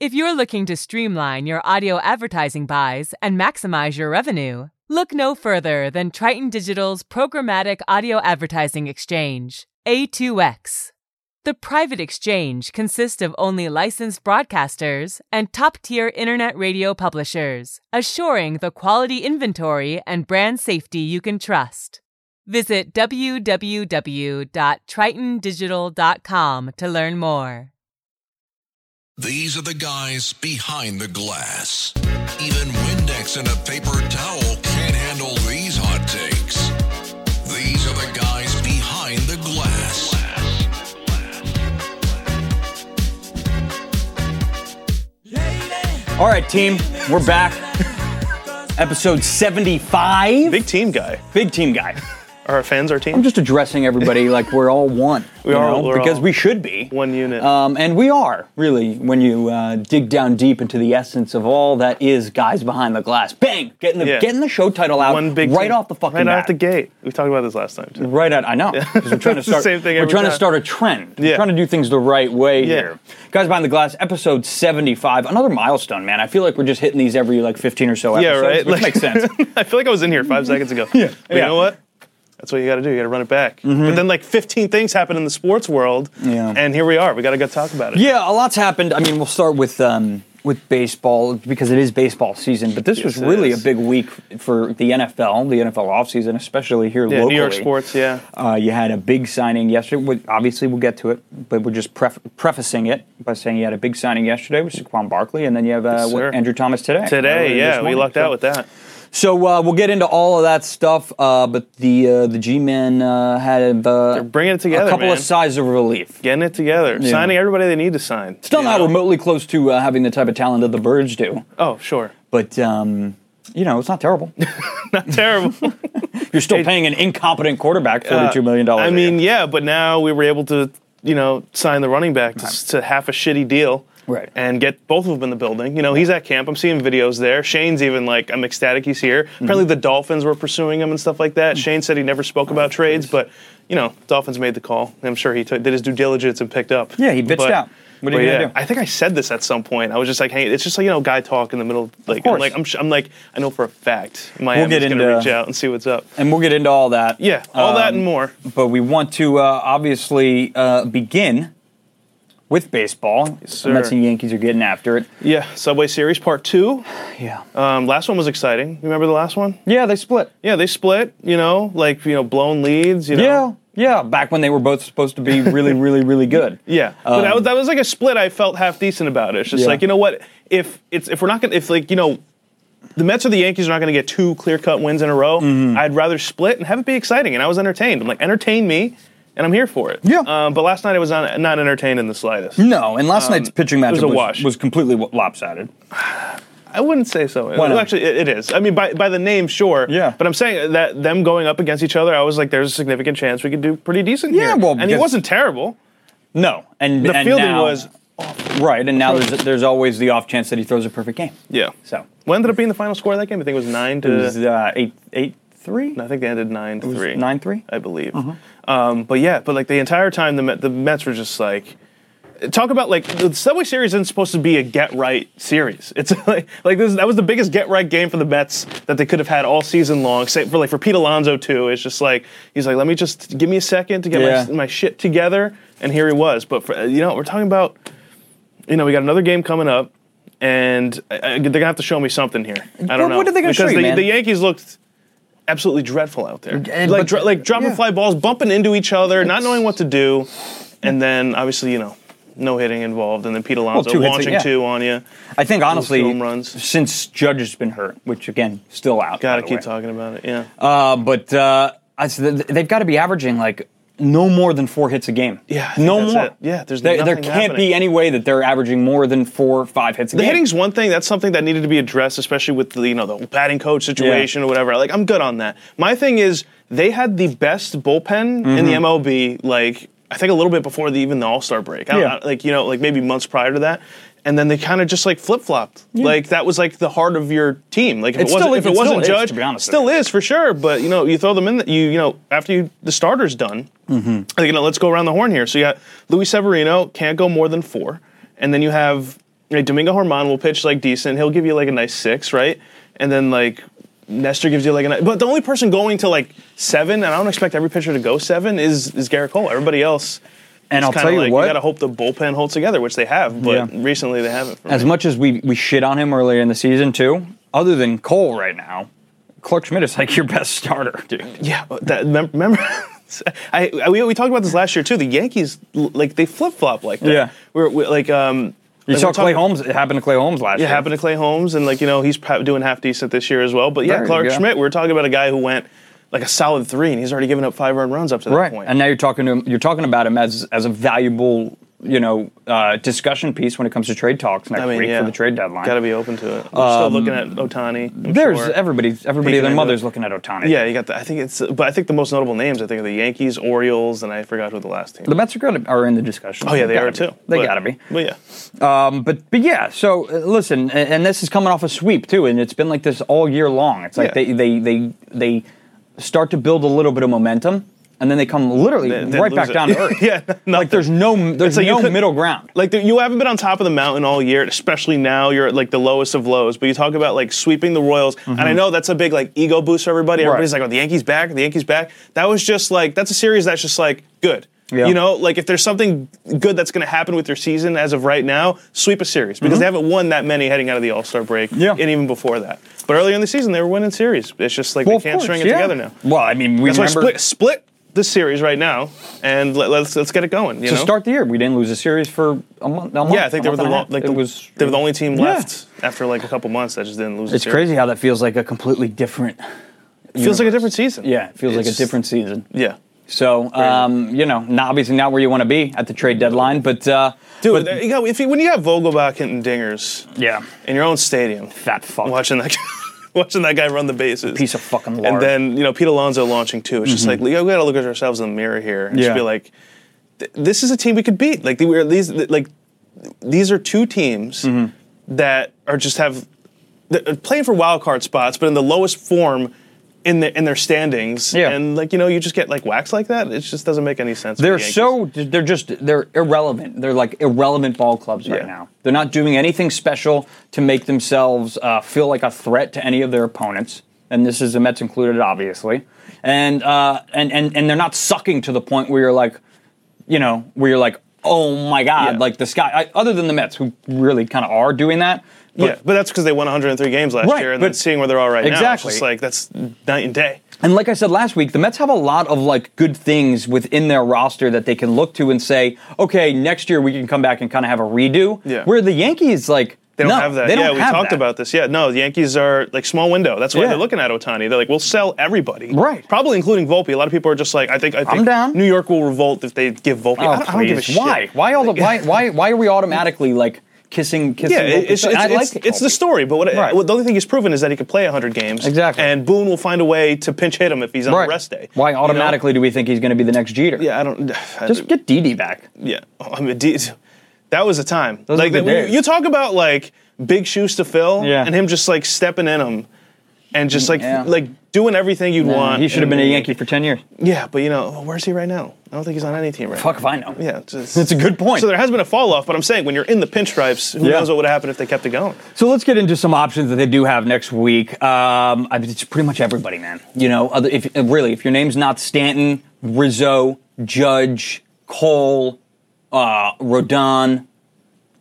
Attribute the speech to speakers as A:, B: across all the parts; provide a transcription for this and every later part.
A: If you're looking to streamline your audio advertising buys and maximize your revenue, look no further than Triton Digital's Programmatic Audio Advertising Exchange, A2X. The private exchange consists of only licensed broadcasters and top tier internet radio publishers, assuring the quality inventory and brand safety you can trust. Visit www.tritondigital.com to learn more.
B: These are the guys behind the glass. Even Windex and a paper towel can't handle these hot takes. These are the guys behind the glass.
C: All right, team, we're back. Episode 75.
D: Big team guy.
C: Big team guy.
D: Are our fans our
C: I'm
D: team?
C: just addressing everybody like we're all one.
D: We
C: you
D: are-
C: know,
D: we're
C: because
D: all
C: we should be
D: one unit.
C: Um, and we are really when you uh, dig down deep into the essence of all that is guys behind the glass. Bang, getting the
D: Yeah.
C: getting the show title out
D: One big
C: right
D: team.
C: off the fucking
D: right
C: bat.
D: out the gate. We talked about this last time too.
C: Right out, I know. 'cause We're trying to
D: It's the
C: start.
D: same thing
C: we're
D: every
C: trying to
D: time.
C: start a trend. We're
D: Yeah.
C: trying to do things the right way
D: Yeah.
C: here. Guys behind the glass, episode seventy-five. Another milestone, man. I feel like we're just hitting these every like fifteen or so
D: Yeah,
C: episodes,
D: right?
C: which
D: Like-
C: makes sense.
D: I feel like I was in here five seconds ago. Yeah. But
C: Yeah. Mm-hmm.
D: you know what? That's what you got to do. You got to run it back. But then like 15 things happen in the sports world.
C: Yeah.
D: And here we are. We got to go talk about it.
C: Yeah, a lot's happened. I mean, we'll start with um, with baseball because it is baseball season. But this was
D: Yes, it
C: really
D: is.
C: a big week for the NFL, the NFL offseason, especially here
D: Yeah,
C: locally.
D: New York sports. Yeah.
C: Uh, you had a big signing yesterday. We- Obviously, we'll get to it, but we're just pref- prefacing it by saying you had a big signing yesterday with Saquon Barkley, and then you have uh,
D: Yes,
C: what,
D: sir.
C: Andrew Thomas today. Uh, Earlier
D: Today,
C: this
D: yeah, we
C: morning.
D: lucked
C: So-
D: out with that.
C: So uh, we'll get into all of that stuff, uh, but the uh, the G-men uh, had uh,
D: They're bringing it together,
C: a couple
D: man.
C: of sighs of relief.
D: Getting it together,
C: Yeah.
D: signing everybody they need to sign.
C: Still
D: you
C: not
D: know?
C: remotely close to uh, having the type of talent that the Birds do.
D: Oh, sure.
C: but um, you know it's not terrible.
D: Not terrible.
C: You're still paying an incompetent quarterback forty-two million dollars.
D: Uh, I mean, yeah, but now we were able to, you know, sign the running back to, to half a shitty deal.
C: Right.
D: And get both of them in the building. You know, he's at camp. I'm seeing videos there. Shane's even like, I'm ecstatic he's here.
C: Mm-hmm.
D: Apparently, the Dolphins were pursuing him and stuff like
C: Mm.
D: that. Shane said he never spoke about trades, but, you know, Dolphins made the call. I'm sure he took did his due diligence and picked up.
C: Yeah, he bitched
D: But-
C: out. What are
D: but
C: you gonna
D: yeah,
C: do?
D: I think I said this at some point. I was just like, hey, it's just like, you know, guy talk in the middle. Like, I'm
C: course.
D: like, I'm, sh- I'm like, I know for a fact Miami's
C: get
D: going
C: into-
D: to reach out and see what's up.
C: and we'll get into all that.
D: Yeah, all that
C: Um,
D: and more.
C: But we want to uh, obviously uh, begin with baseball.
D: sir.
C: Mets and Yankees are getting after it.
D: Yeah, Subway Series Part Two.
C: Yeah,
D: Um, last one was exciting. You remember the last one?
C: yeah, they split.
D: Yeah, they split. You know, like you know, blown leads. You
C: Yeah,
D: know.
C: yeah. Back when they were both supposed to be really, really, really good.
D: Yeah, but that was, that was like a split. I felt half decent about it. It's just
C: Um, Yeah.
D: like you know what? If it's if we're not gonna if like you know, the Mets or the Yankees are not gonna get two clear cut wins in a row.
C: Mm-hmm.
D: I'd rather split and have it be exciting. And I was entertained. I'm like entertain me, and I'm here for it.
C: Yeah.
D: Um, but last night I was not not entertained in the slightest.
C: No, and last night's pitching matchup
D: Um, was
C: was,
D: a wash.
C: was completely w- lopsided.
D: I wouldn't say so.
C: not?
D: Well, actually, it, it is. I mean, by, by the name, sure.
C: Yeah.
D: But I'm saying that them going up against each other, I was like, there's a significant chance we could do pretty decent
C: Yeah,
D: here.
C: well,
D: and he
C: because-
D: wasn't terrible.
C: No, and
D: The
C: and
D: fielding
C: now-
D: was,
C: right, and now there's there's always the off chance that he throws a perfect game.
D: yeah.
C: So
D: What ended up being the final score of that game? I think it was nine
C: it
D: to.
C: was uh, eight eight three.
D: I think they ended nine to
C: was Uh-huh. 9-3?
D: three. I believe. Um, but yeah, but like the entire time, the Met, the Mets were just like. Talk about like the Subway Series isn't supposed to be a get right series. It's like like this that was the biggest get right game for the Mets that they could have had all season long. Say for like for Pete Alonso too. It's just like he's like let me just give me a second to get
C: Yeah.
D: my, my shit together, and here he was. But for, you know we're talking about you know we got another game coming up, and I, I- they're gonna have to show me something here. I
C: What-
D: don't know
C: what are they gonna show
D: Because
C: you,
D: the,
C: man?
D: the Yankees looked absolutely dreadful out there.
C: And-
D: like
C: but-
D: dro- like dropping
C: yeah.
D: fly balls, bumping into each other, not knowing what to do, and then obviously you know no hitting involved, and then Pete Alonso
C: two hits,
D: launching
C: yeah.
D: two on you.
C: I think honestly,
D: home runs.
C: since Judge has been hurt, which again still out.
D: Got
C: by
D: to
C: the
D: keep
C: way.
D: talking about it. Yeah,
C: Uh, but uh, I s- th- they've got to be averaging like no more than four hits a game.
D: Yeah, I think
C: no
D: that's
C: more.
D: it. Yeah, there's
C: there, there
D: nothing
C: can't
D: happening.
C: be any way that they're averaging more than four, five hits a
D: the
C: game.
D: hitting's one thing. That's something that needed to be addressed, especially with the you know the batting coach situation or whatever. Like I'm good on that. My thing is they had the best bullpen in
C: Mm-hmm.
D: the MLB. Like I think a little bit before the even the All Star break. I don't,
C: Yeah.
D: I- like you know like maybe months prior to that. And then they kind of just like flip flopped. Like that was like the heart of your team. Like
C: It
D: if it wasn't,
C: still-
D: if it
C: it still
D: wasn't
C: is,
D: Judge,
C: to be honest with
D: still
C: you.
D: is for sure. But you know, you throw them in. The, you you know after you the starter's done,
C: Mm-hmm.
D: like, you know, let's go around the horn here. So you got Luis Severino can't go more than four, and then you have Right, Domingo Horman will pitch like decent. He'll give you like a nice six, right? And then like Nestor gives you like a nice. But the only person going to like seven, and I don't expect every pitcher to go seven, is is Garrett Cole. Everybody else.
C: And
D: is
C: I'll
D: kinda
C: tell you
D: like,
C: what.
D: you gotta hope the bullpen holds together, which they have, but
C: Yeah.
D: recently they haven't. for
C: As
D: me.
C: much as we, we shit on him earlier in the season, too, other than Cole right now, Clark Schmidt is like your best starter, dude.
D: Yeah, but that, mem- remember, I, I we, we talked about this last year too. The Yankees l- like they flip flop like that.
C: Yeah.
D: we're, we like um.
C: You
D: like
C: saw
D: we're
C: Clay
D: talking-
C: Holmes. It happened to Clay Holmes last
D: It
C: year.
D: happened to Clay Holmes, and like you know he's pro- doing half decent this year as well. But yeah,
C: There you
D: Clark
C: go.
D: Schmidt. We were talking about a guy who went like a solid three, and he's already given up five earned runs up to that
C: right.
D: point.
C: And now you're talking to him. You're talking about him as as a valuable, you know, uh, discussion piece when it comes to trade talks next
D: I mean,
C: week
D: yeah,
C: for the trade deadline.
D: Got to be open to it. We're still looking at Otani.
C: There's everybody's everybody
D: Peeking
C: and their
D: into
C: mother's
D: it.
C: looking at Otani.
D: Yeah, you got the. I think it's, but I think the most notable names I think are the Yankees, Orioles, and I forgot who the last team.
C: The Mets are, gonna, are in the discussion.
D: oh yeah, they
C: Gotta
D: are
C: be.
D: too.
C: They
D: But-
C: got to be.
D: But yeah,
C: Um, but but yeah, so uh, listen, and, and this is coming off a sweep too, and it's been like this all year long. It's like
D: Yeah.
C: they, they they they start to build a little bit of momentum, and then they come literally
D: Then- then
C: right
D: lose
C: back
D: it.
C: down to earth.
D: Yeah,
C: like there's no there's
D: like you
C: no
D: could-
C: middle ground.
D: like the, you haven't been on top of the mountain all year, especially now. You're at like the lowest of lows. But you talk about like sweeping the Royals, and I know that's a big like ego boost for everybody.
C: Mm-hmm. Right.
D: Everybody's like, "Oh, the Yankees back, the Yankees back." That was just like that's a series that's just like good.
C: Yeah.
D: You know, like if there's something good that's going to happen with your season as of right now, sweep a series because they haven't won that many heading out of the All Star break,
C: Mm-hmm. Yeah.
D: and even before that. But earlier in the season, they were winning series. It's just like
C: Well, of
D: they can't
C: course,
D: string it
C: yeah.
D: together now.
C: Well, I mean, we
D: That's
C: remember
D: why split split the series right now, and let, us let's get it going. You
C: to
D: know?
C: start the year we didn't lose a series for a month. A month
D: Yeah, I think
C: a
D: they were
C: month
D: the
C: and a
D: lo-
C: half.
D: like
C: it
D: the,
C: was.
D: they were the only team
C: Yeah.
D: left after like a couple months that just didn't lose. a
C: It's
D: series.
C: crazy how that feels like a completely different.
D: It feels like a different season.
C: Yeah, it feels like a
D: It's-
C: different season.
D: Yeah,
C: So, um, you know, not obviously not where you want to be at the trade deadline, but uh,
D: dude. there you go. If you, when you have Vogelbach hitting dingers
C: yeah,
D: in your own stadium,
C: fat fuck,
D: watching that. Guy, Watching that guy run the bases,
C: piece of fucking lard.
D: and then you know Pete Alonso launching too. It's just like we gotta look at ourselves in the mirror here and
C: Mm-hmm. Yeah.
D: just be like, th- this is a team we could beat. Like we're these like these are two teams
C: Mm-hmm.
D: that are just have that are playing for wild card spots, but in the lowest form in their in their standings.
C: Yeah.
D: and like you know you just get like waxed like that. It just doesn't make any sense. for
C: they're
D: the Yankees.
C: so they're just they're irrelevant. They're like irrelevant ball clubs right
D: Yeah.
C: now. They're not doing anything special to make themselves uh, feel like a threat to any of their opponents. And this is the Mets included, obviously. And uh, and and and they're not sucking to the point where you're like, you know, where you're like, oh my god,
D: Yeah.
C: like the sky. I, other than the Mets, who really kind of are doing that. But
D: yeah, but that's because they won 103 games last
C: Right,
D: year, and
C: but-
D: then seeing where they're all right now, it's
C: Exactly.
D: just like that's night and day.
C: And like I said last week, the Mets have a lot of like good things within their roster that they can look to and say, okay, next year we can come back and kind of have a redo.
D: Yeah.
C: Where the Yankees like
D: They don't
C: no,
D: have that.
C: They don't
D: yeah, we
C: have
D: talked
C: that.
D: about this. Yeah, no, the Yankees are like small window. That's why
C: Yeah.
D: they're looking at Otani. They're like, we'll sell everybody.
C: Right.
D: Probably including Volpe. A lot of people are just like, I think, I think
C: I'm down.
D: New York will revolt if they give Volpe.
C: Oh,
D: I, don't, I don't give a
C: please.
D: shit.
C: why? Why all the why why why are we automatically like kissing kissing?
D: Yeah,
C: both
D: it- it's,
C: the-
D: it's,
C: I
D: it's,
C: like
D: it's
C: Volpe.
D: the story, but what,
C: Right.
D: what the only thing he's proven is that he could play 100 games.
C: Exactly.
D: And Boone will find a way to pinch hit him if he's on
C: right.
D: a rest day.
C: Why
D: you know?
C: automatically do we think he's going to be the next Jeter?
D: Yeah, I don't.
C: Just get Didi back.
D: Yeah, oh, I mean, D- that was a time.
C: Those
D: like
C: were good
D: that-
C: days.
D: you, you talk about like big shoes to fill,
C: Yeah.
D: and him just like stepping in them, and just like
C: Yeah.
D: like doing everything you'd want.
C: he should have
D: and-
C: been a Yankee for ten years.
D: Yeah, but you know, where's he right now? I don't think he's on any team right
C: Fuck if
D: now.
C: I know.
D: Yeah, just,
C: That's a good point.
D: So there has been a fall off, but I'm saying when you're in the pinstripes, who
C: Yeah.
D: knows what would have happened if they kept it going?
C: So let's get into some options that they do have next week. Um, I mean, it's pretty much everybody, man. You know, other, if uh, really, if your name's not Stanton, Rizzo, Judge, Cole, uh, Rodon,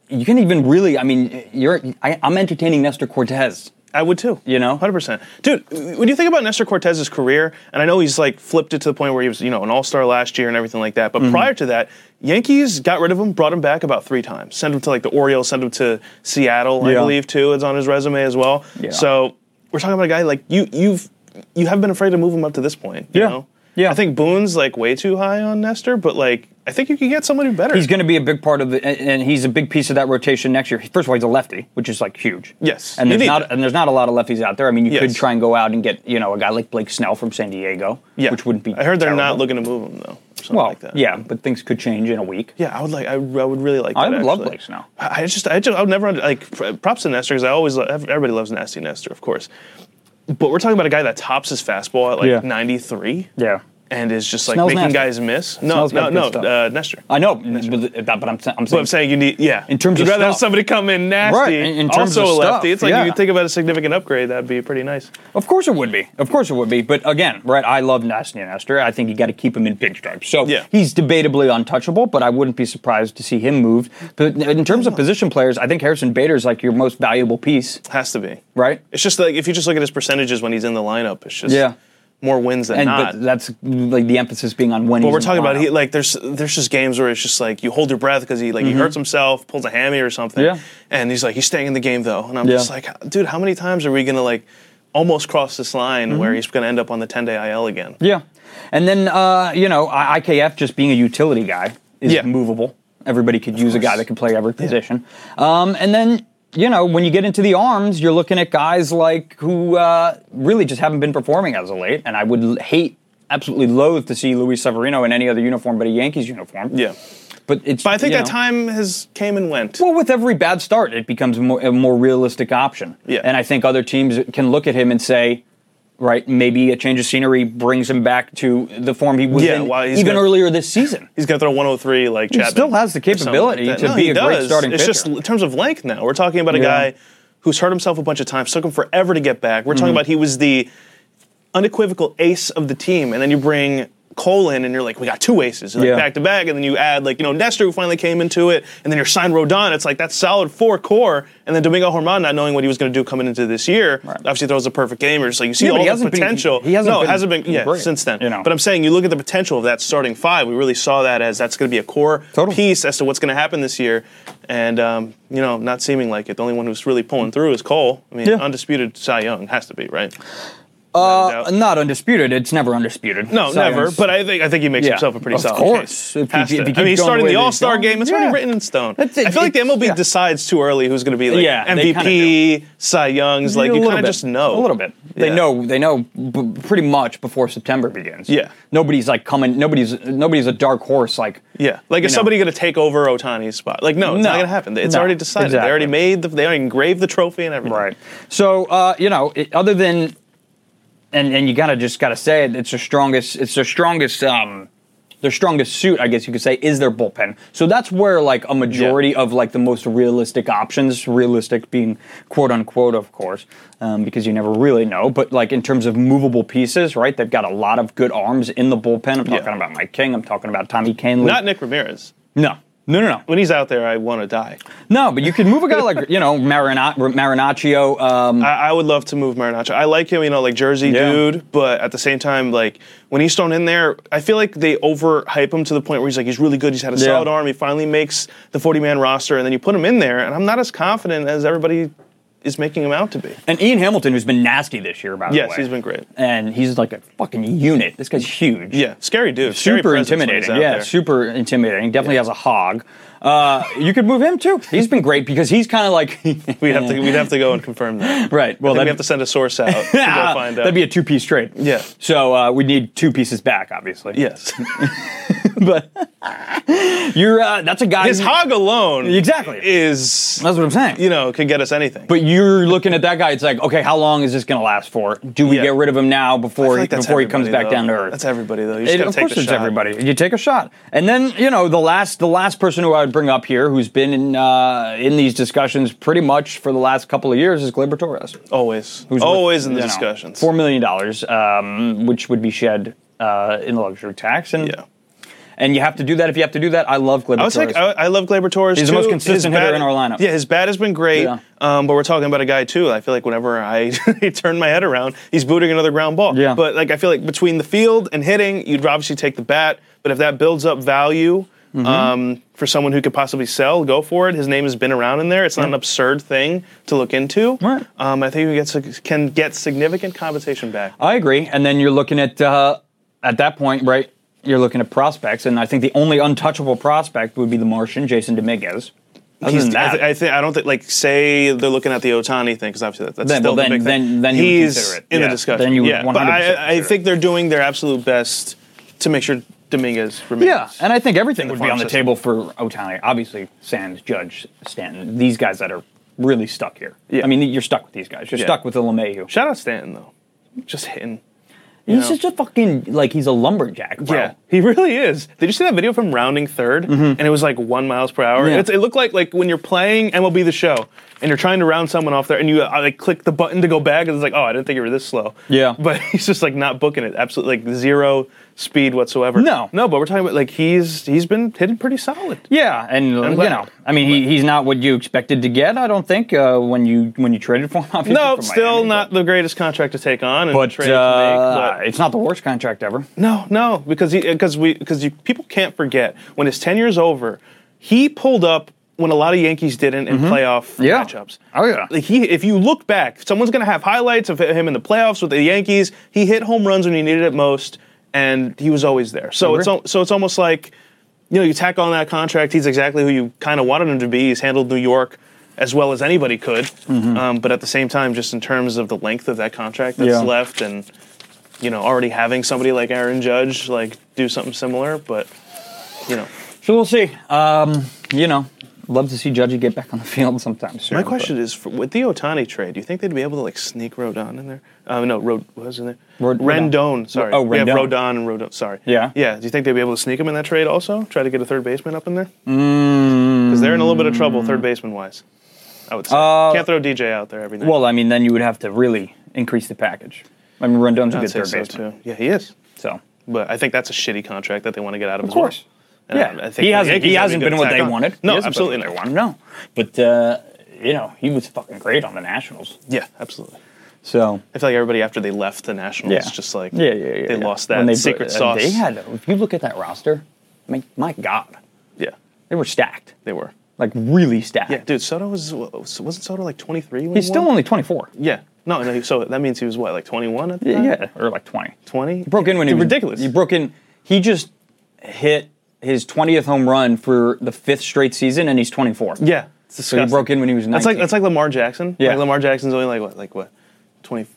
C: you can even really. I mean, you're. I, I'm entertaining Nestor Cortez.
D: I would too.
C: You know?
D: 100%. Dude, when you think about Nestor Cortez's career, and I know he's like flipped it to the point where he was, you know, an all star last year and everything like that, but
C: Mm-hmm.
D: prior to that, Yankees got rid of him, brought him back about three times. Sent him to like the Orioles, sent him to Seattle, I
C: Yeah.
D: believe, too. It's on his resume as well.
C: Yeah.
D: So we're talking about a guy like you, you've, you have been afraid to move him up to this point. You
C: Yeah.
D: Know?
C: Yeah.
D: I think Boone's like way too high on Nestor, but like, I think you could get somebody better.
C: He's going to be a big part of the, and and he's a big piece of that rotation next year. First of all, he's a lefty, which is like huge.
D: Yes,
C: and
D: you
C: there's
D: need
C: not
D: that.
C: and there's not a lot of lefties out there. I mean, you could
D: Yes.
C: try and go out and get you know a guy like Blake Snell from San Diego,
D: yeah.
C: which wouldn't be.
D: I heard they're
C: terrible.
D: not looking to move him, though. or something
C: Well,
D: like that.
C: yeah, but things could change in a week.
D: Yeah, I would like. I, I would really like. That,
C: I would love
D: actually.
C: Blake Snell.
D: I I just, I just, I would never under- like pr- props to Nestor because I always love, everybody loves nasty Nestor, of course. But we're talking about a guy that tops his fastball at like
C: Yeah.
D: 93.
C: Yeah.
D: and is just like
C: Smells
D: making
C: nasty.
D: guys miss. No,
C: Smells
D: no,
C: got
D: no,
C: good stuff.
D: uh, Nestor.
C: I know, but, but I'm, sa- I'm
D: But
C: saying
D: I'm saying you need, yeah.
C: In terms of
D: You'd rather have
C: stuff.
D: somebody come in nasty,
C: Right, in- in terms
D: also
C: of
D: a
C: stuff,
D: lefty. It's like
C: yeah.
D: if you think about a significant upgrade, that'd be pretty nice.
C: Of course it would be. Of course it would be. But again, right, I love Nasty Nestor. I think you got to keep him in pinstripes. So
D: Yeah.
C: he's debatably untouchable, but I wouldn't be surprised to see him moved. But in terms of position players, I think Harrison Bader's like your most valuable piece,
D: Has to be.
C: right?
D: It's just like if you just look at his percentages when he's in the lineup, it's just
C: Yeah.
D: more wins than
C: And
D: not.
C: but that's like the emphasis being on when
D: But
C: he's
D: we're
C: in the
D: talking about
C: lineup.
D: he, like there's there's just games where it's just like you hold your breath because he like he hurts himself, pulls a hammy or something,
C: Mm-hmm. Yeah.
D: and he's like he's staying in the game though, and I'm
C: Yeah.
D: just like, dude, how many times are we gonna like almost cross this line where
C: Mm-hmm.
D: he's gonna end up on the 10 day IL again?
C: Yeah. And then, uh, you know, I- IKF just being a utility guy is
D: Yeah.
C: movable. Everybody could use a guy that could play every position. Um, and then, you know, when you get into the arms, you're looking at guys like who uh, really just haven't been performing as of late. And I would l- hate, absolutely loathe to see Luis Severino in any other uniform but a Yankees uniform.
D: Yeah,
C: But it's.
D: but I think
C: you
D: that
C: know.
D: time has came and went.
C: Well, with every bad start, it becomes more, a more realistic option.
D: Yeah.
C: And I think other teams can look at him and say, right, maybe a change of scenery brings him back to the form he was
D: Yeah,
C: in
D: well, he's
C: even
D: gonna-
C: earlier this season.
D: He's gonna throw 103 like Chapman.
C: still has the
D: or something
C: capability
D: that.
C: to
D: No,
C: be
D: he
C: a great
D: does.
C: starting
D: It's just
C: pitcher.
D: in terms of length now. We're talking about a
C: Yeah.
D: guy who's hurt himself a bunch of times, took him forever to get back. We're talking
C: Mm-hmm.
D: about he was the unequivocal ace of the team, and then you bring Cole in, and you're like, we got two aces like,
C: Yeah.
D: back to back, and then you add like you know Nestor who finally came into it, and then you're signed Rodon. It's like that's solid four core, and then Domingo Herman not knowing what he was going to do coming into this year,
C: Right.
D: obviously throws a perfect game, or so you see
C: Yeah, but he
D: all the
C: hasn't been-
D: potential.
C: he hasn't
D: no, it
C: been
D: hasn't been yeah
C: great,
D: since then.
C: you know.
D: But I'm saying you look at the potential of that starting five. We really saw that as that's going to be a core
C: Totally.
D: piece as to what's going to happen this year, and um, you know, not seeming like it. The only one who's really pulling through is Cole. I mean,
C: Yeah.
D: undisputed Cy Young has to be right.
C: Uh, not undisputed. It's never undisputed.
D: No,
C: Science.
D: never. But I think I think he makes
C: Yeah.
D: himself a pretty
C: Of
D: solid.
C: course.
D: case.
C: If he-
D: Has
C: if
D: to.
C: he keeps
D: I mean, he's
C: going
D: starting
C: the way
D: the
C: that he's
D: All Star
C: going,
D: game. It's
C: yeah.
D: already written in stone.
C: That's it.
D: I feel like the
C: It's-
D: MLB
C: yeah.
D: decides too early who's going to be like
C: Yeah, they kinda
D: MVP, Cy Young's. Like
C: A
D: you
C: little
D: kind of
C: bit.
D: just know
C: a little bit. They
D: Yeah.
C: know they know b- pretty much before September begins.
D: Yeah.
C: nobody's like coming. Nobody's nobody's a dark horse. Like
D: Yeah, like
C: you
D: is
C: know.
D: somebody going to take over Otani's spot? Like no, it's
C: No.
D: not going to happen. It's
C: No,
D: already decided. They already
C: exactly.
D: made the. They already engraved the trophy and everything.
C: Right. So uh, you know, it, other than, and and you gotta just gotta say it. It's their strongest. It's their strongest. Um, their strongest suit, I guess you could say, is their bullpen. So that's where like a majority of like the most realistic options, realistic being quote unquote, of course, um, because you never really know. But like in terms of movable pieces, right? They've got a lot of good arms in the bullpen. I'm talking
D: Yeah.
C: about Mike King. I'm talking about Tommy Canley.
D: Not Nick Ramirez.
C: no. No, no, no.
D: When he's out there, I want to die.
C: No, but you could move a guy like, you know, Marina- Marinaccio. Um,
D: I, I would love to move Marinaccio. I like him, you know, like Jersey
C: Yeah.
D: dude, but at the same time, like when he's thrown in there, I feel like they overhype him to the point where he's like, he's really good. He's had a
C: Yeah.
D: solid arm. He finally makes the 40 man roster, and then you put him in there, and I'm not as confident as everybody is making him out to be.
C: And Ian Hamilton, who's been nasty this year, by
D: Yes,
C: the way.
D: he's been great.
C: And he's like a fucking unit. This guy's huge.
D: Yeah, scary dude. Scary
C: Super
D: presence when he's
C: intimidating.
D: out
C: Yeah,
D: there.
C: super intimidating. Definitely has a hog. Uh, you could move him too. He's been great because he's kind of like.
D: We'd have to we'd have to go and confirm that.
C: right. Well,
D: Well, then we
C: that'd,
D: have to send a source out to go find out.
C: that'd be a two piece trade.
D: Yeah.
C: So uh, we'd need two pieces back, obviously.
D: yes.
C: But you're uh, that's a guy.
D: His
C: who-
D: hog alone
C: Exactly.
D: is
C: That's what I'm saying.
D: you know could get us anything.
C: But you're looking at that guy. It's like, okay, how long is this going to last for? Do we
D: Yeah.
C: get rid of him now
D: I feel
C: before
D: like that's
C: before he comes
D: everybody,
C: back
D: though.
C: down to earth?
D: That's everybody though. You just
C: It-
D: gotta
C: of
D: take
C: course,
D: the
C: it's
D: shot.
C: everybody. You take a shot, and then you know the last the last person who I would bring up here, who's been in uh, in these discussions pretty much for the last couple of years, is Gleyber Torres,
D: Always,
C: who's
D: always
C: worth,
D: Oh, in the
C: you know,
D: discussions.
C: Four million dollars, um, which would be shed uh, in the luxury tax, and
D: yeah,
C: and you have to do that if you have to do that. I love Gleyber
D: I was
C: Torres.
D: like, I, I love Gleyber Torres.
C: He's the
D: too.
C: most
D: His
C: consistent hitter
D: bat-
C: in our lineup.
D: Yeah, his bat has been great.
C: Yeah.
D: Um, but we're talking about a guy too. I feel like whenever I turn my head around, he's booting another ground ball.
C: Yeah.
D: But like, I feel like between the field and hitting, you'd obviously take the bat. But if that builds up value.
C: Mm-hmm.
D: Um, for someone who could possibly sell, go for it. His name has been around in there. It's not an absurd thing to look into.
C: Right.
D: Um, I think he gets can get significant compensation back.
C: I agree. And then you're looking at uh, at that point, right? You're looking at prospects, and I think the only untouchable prospect would be the Martian, Jason Dominguez. Other
D: He's,
C: than that,
D: I, th- I think I don't think like say they're looking at the Otani thing because obviously that, that's
C: Then-
D: still
C: well,
D: the
C: then-
D: big
C: then-
D: thing.
C: then you would
D: he's
C: consider it.
D: in
C: Yeah.
D: the discussion.
C: Then you would
D: yeah, but
C: 100%
D: I, I
C: consider
D: think they're doing their absolute best to make sure Dominguez remains.
C: Yeah, and I think everything
D: the
C: would be
D: farm
C: on the
D: system.
C: table for Otani. Obviously, Sands, Judge, Stanton, these guys that are really stuck here.
D: Yeah.
C: I mean, you're stuck with these guys. You're
D: Yeah.
C: stuck with the LeMahieu.
D: shout out Stanton though, just hitting.
C: He's
D: know?
C: just a fucking like he's a lumberjack, bro.
D: Yeah, he really is. Did you see that video from rounding 3rd And it was like one miles per hour.
C: Yeah.
D: It's, it looked like like when you're playing MLB the Show and you're trying to round someone off there, and you uh, like click the button to go back, and it's like, oh, I didn't think you were this slow.
C: Yeah.
D: but he's just like not booking it. Absolutely, like zero speed whatsoever.
C: No.
D: no. But we're talking about like he's he's been hitting pretty solid.
C: Yeah, and uh,
D: I'm
C: you
D: glad-
C: know, I mean, he, he's not what you expected to get. I don't think uh, when you when you traded for him. obviously,
D: No,
C: from
D: still
C: Miami,
D: not the greatest contract to take on and
C: But,
D: trade
C: but, uh,
D: to make. But
C: it's not the worst contract ever.
D: No, no, because he because we because you people can't forget when his tenure's over, he pulled up when a lot of Yankees didn't in playoff
C: Mm-hmm. Yeah.
D: matchups.
C: Oh, yeah.
D: Like he, if you look back, someone's gonna have highlights of him in the playoffs with the Yankees. He hit home runs when he needed it most, and he was always there. So it's al- so it's almost like you know you tack on that contract. He's exactly who you kind of wanted him to be. He's handled New York. As well as anybody could, um, but at the same time, just in terms of the length of that contract that's
C: Yeah.
D: left, and you know, already having somebody like Aaron Judge like do something similar, but you know.
C: So we'll see. Um, you know, love to see Judgy get back on the field sometime soon.
D: My question is, for, with the Otani trade, do you think they'd be able to like sneak Rodon in there? Uh, no, Rod what was in there?
C: Rod- Rodon.
D: Rendon. Sorry,
C: Oh,
D: we have
C: Rendon.
D: Rodon and Rodon. Sorry.
C: Yeah.
D: Yeah. Do you think they'd be able to sneak him in that trade also? Try to get a third baseman up in there? Because
C: Mm.
D: they're in a little bit of trouble third baseman wise. I would say can't throw DJ out there every night.
C: But, Uh, well, I mean, then you would have to really increase the package. I mean, Rendon's a
D: I'd
C: good
D: say
C: third
D: so
C: baseman,
D: too. Yeah, he is.
C: so
D: But I think that's a shitty contract that they want to get out of.
C: of
D: as well.
C: course.
D: And
C: yeah,
D: I- I think
C: he
D: the
C: hasn't.
D: Yankees
C: He
D: have
C: hasn't
D: good
C: been what
D: attack
C: they
D: on-
C: wanted. He
D: No,
C: hasn't been
D: absolutely
C: what
D: not.
C: They wanted. No, but uh, you know, he was fucking great on the Nationals.
D: Yeah, absolutely.
C: So
D: I feel like everybody after they left the Nationals, just like
C: yeah, yeah, yeah,
D: they
C: yeah.
D: lost
C: When
D: that
C: they-
D: secret
C: uh,
D: sauce.
C: They had. If you look at that roster, I mean, my God,
D: yeah,
C: they were stacked,
D: they were.
C: like really stacked.
D: Yeah, dude, Soto was wasn't Soto like 23 when
C: He's
D: he
C: still
D: won?
C: only 24.
D: yeah. No, no. So that means he was what like 21 at the
C: Yeah,
D: time.
C: yeah, or like 20.
D: 20.
C: He broke in when he
D: Dude,
C: was
D: ridiculous.
C: He broke in. He just hit his 20th home run for the fifth straight season, and he's 24.
D: yeah, it's
C: So he
D: disgusting.
C: broke in when he was 19.
D: That's like that's like Lamar Jackson.
C: Yeah.
D: Like Lamar Jackson's only like what like what 20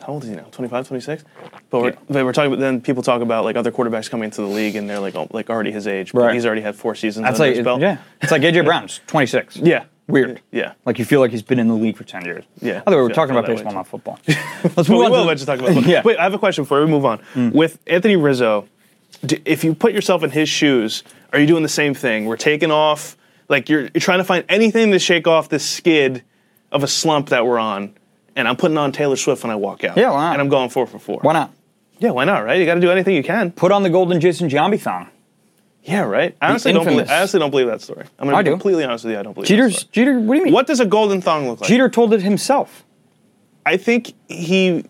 D: how old is he now? 25, 26? But we're,
C: Yeah.
D: but we're talking about then people talk about like other quarterbacks coming into the league and they're like oh, like already his age, but
C: Right.
D: he's already had four seasons
C: That's
D: under
C: like
D: his belt.
C: yeah. It's like AJ Brown's 26.
D: Yeah.
C: Weird.
D: Yeah.
C: Like you feel like he's been in the league for 10 years.
D: Yeah.
C: By the way, we're
D: Yeah,
C: talking
D: I
C: about
D: feel that
C: baseball,
D: way,
C: not football. Let's move
D: Well, we
C: on.
D: will
C: to-
D: eventually talk about football.
C: yeah. Mm.
D: Wait, I have a question before we move on. With Anthony Rizzo, d- if you put yourself in his shoes, are you doing the same thing? We're taking off, like you're, you're trying to find anything to shake off this skid of a slump that we're on. And I'm putting on Taylor Swift when I walk out.
C: Yeah, why not?
D: And I'm going four for four.
C: Why not?
D: Yeah, why not? Right? You got to do anything you can.
C: Put on the golden Jason Giambi thong.
D: Yeah, right. I honestly don't believe.
C: infamous.
D: I honestly don't believe that story. I'm gonna
C: I
D: be
C: do.
D: completely honest with you. I don't believe. that
C: Jeter's
D: story.
C: Jeter. What do you mean?
D: What does a golden thong look like?
C: Jeter told it himself.
D: I think he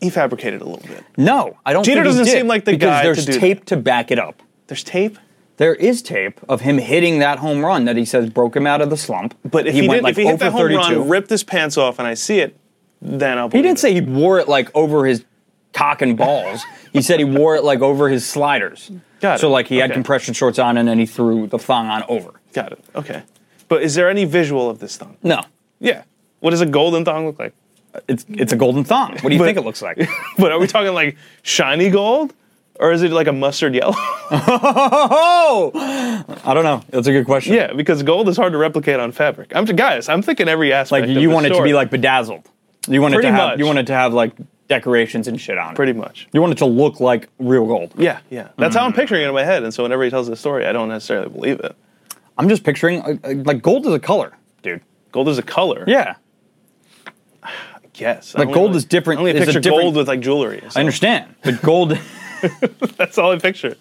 D: he fabricated a little bit.
C: No, I don't.
D: Jeter
C: think he
D: doesn't
C: did,
D: seem like the
C: because
D: guy to
C: there's
D: do that.
C: tape to back it up.
D: There's tape.
C: There is tape of him hitting that home run that he says broke him out of the slump.
D: But if he, did,
C: like
D: if he hit
C: 0
D: that
C: for
D: home
C: 32.
D: run, ripped his pants off, and I see it, then I'll.
C: he
D: Believe
C: didn't
D: it.
C: say he wore it like over his cock and balls. he said he wore it like over his sliders.
D: Got it.
C: So like he had
D: Okay.
C: compression shorts on and then he threw the thong on over.
D: Got it. Okay, but is there any visual of this thong?
C: No,
D: Yeah. What does a golden thong look like?
C: it's it's a golden thong. What do you
D: But-
C: think it looks like?
D: But are we talking like shiny gold, or is it like a mustard yellow?
C: oh, I don't know. That's a good question.
D: yeah, because gold is hard to replicate on fabric. I'm guys. I'm thinking every aspect.
C: like
D: of
C: you
D: this
C: want it to
D: story.
C: be like bedazzled. You want it
D: Pretty
C: to have
D: much.
C: you want it to have like decorations and shit on it.
D: pretty much.
C: You want it to look like real gold.
D: Yeah, yeah. That's how I'm
C: Mm.
D: picturing it in my head, and so whenever he tells this story, I don't necessarily believe it.
C: I'm just picturing uh, uh, like gold is a color, dude.
D: Gold is a color.
C: Yeah,
D: Yes.
C: Like, gold is different-
D: I only
C: is a
D: picture
C: different-
D: gold with like jewelry.
C: I understand. But gold,
D: That's all I picture.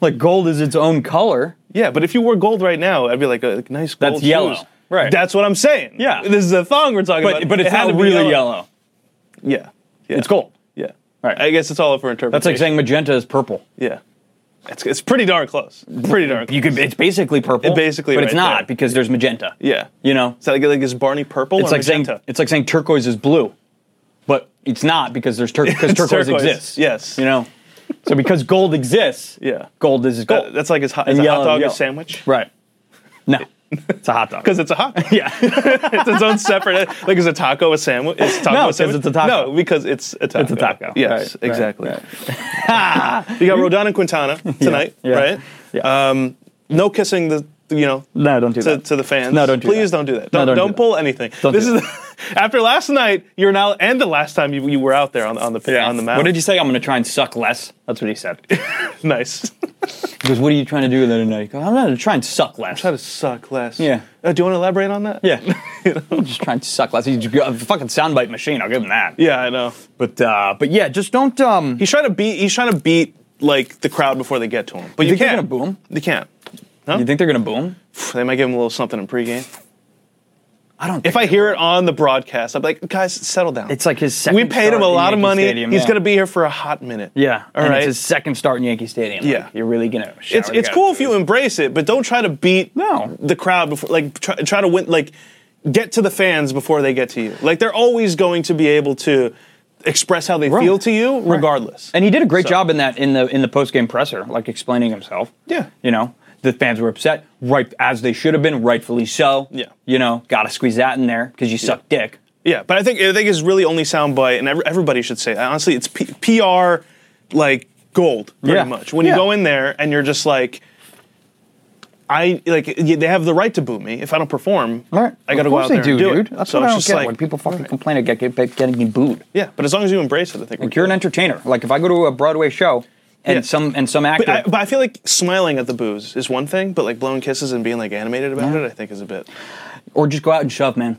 C: like gold, is its own color.
D: Yeah, but if you wore gold right now, I'd be like, a like, nice gold
C: That's yellow.
D: shoes.
C: Right.
D: That's what I'm saying.
C: Yeah.
D: This is a thong we're talking about.
C: But but it's
D: It had
C: not
D: to be
C: really yellow.
D: Yeah. yeah.
C: It's gold.
D: Yeah.
C: Right.
D: I guess it's all up for interpretation.
C: That's like saying magenta is purple.
D: Yeah. It's, it's pretty darn close. Pretty darn close.
C: You could. It's basically purple.
D: It basically
C: but it's
D: right
C: not
D: there.
C: because there's magenta.
D: yeah.
C: You know,
D: Is that like, like is Barney purple
C: it's
D: or
C: like saying
D: magenta?
C: it's like saying turquoise is blue, but it's not because there's tur- because
D: It's
C: turquoise,
D: turquoise,
C: exists.
D: yes.
C: You know, so because gold exists.
D: Yeah.
C: Gold is gold.
D: That- that's like is, hot,
C: And
D: is a
C: yellow,
D: hot dog
C: yellow.
D: a sandwich?
C: right. No, it's a hot dog.
D: Because it's a hot dog.
C: yeah.
D: it's its own separate. Like, is a taco a sandwich? Is taco
C: No,
D: a
C: 'cause
D: sandwich?
C: it's a taco.
D: No, because it's a taco.
C: It's a taco.
D: Yes,
C: Right,
D: exactly.
C: right,
D: you got Rodon and Quintana tonight,
C: Mm-hmm. yeah,
D: right?
C: yeah.
D: Um, no kissing the you know,
C: No, don't do
D: to,
C: that.
D: to the fans.
C: No, don't do
D: Please
C: that.
D: don't do that.
C: No,
D: Don't,
C: don't do
D: don't
C: that.
D: pull anything.
C: Don't
D: this
C: do
D: is after last night. You're now and the last time you, you were out there on, on the pit on the mound.
C: What did you say? I'm going to try and suck less. That's what he said.
D: Nice.
C: Because what are you trying to do the other night? He goes, I'm going to try and suck less.
D: Try to suck less.
C: Yeah.
D: Uh, do you want to elaborate on that?
C: yeah. I'm just trying to suck less. He's a fucking soundbite machine. I'll give him that.
D: Yeah, I know.
C: But uh, but yeah, just don't. Um,
D: He's trying to beat. He's trying to beat like the crowd before they get to him. But you,
C: think they're
D: can't.
C: gonna boo him?
D: They can't.
C: you think they're going to boom?
D: They might give him a little something in pregame.
C: I don't.
D: If I hear it on the broadcast, I'm like, guys, settle down.
C: It's like his second.
D: we paid him
C: start
D: a
C: in
D: lot of
C: Yankee
D: money.
C: Stadium,
D: He's
C: yeah.
D: gonna be here for a hot minute.
C: Yeah.
D: All
C: and
D: right.
C: It's his second start in Yankee Stadium. Like,
D: Yeah.
C: You're really gonna. shower
D: it's
C: the
D: it's
C: guy
D: cool
C: with
D: if you
C: food.
D: embrace it, but don't try to beat
C: No.
D: the crowd before like try, try to win like get to the fans before they get to you. Like they're always going to be able to express how they
C: Right.
D: feel to you regardless.
C: And he did a great
D: So-
C: job in that in the in the post game presser, like explaining himself.
D: Yeah.
C: You know, the fans were upset, right as they should have been, rightfully so.
D: Yeah.
C: You know, gotta squeeze that in there because you suck dick.
D: Yeah, but I think I think it's really only soundbite, and ev- everybody should say that. Honestly, it's P- PR like gold pretty
C: Yeah.
D: much. When
C: Yeah.
D: you go in there and you're just like, I like y- they have the right to boo me if I don't perform. I got to go out there and do it.
C: That's
D: So
C: what I
D: it's
C: don't
D: just
C: get.
D: like-
C: when people fucking
D: Right.
C: complain about get, get, getting booed,
D: Yeah, but as long as you embrace it, I think.
C: like you're an entertainer. Like if I go to a Broadway show and
D: Yeah.
C: some and some actor,
D: But I, but I feel like smiling at the boos is one thing, but like blowing kisses and being like animated about
C: Yeah.
D: it, I think is a bit.
C: or just go out and shove, man.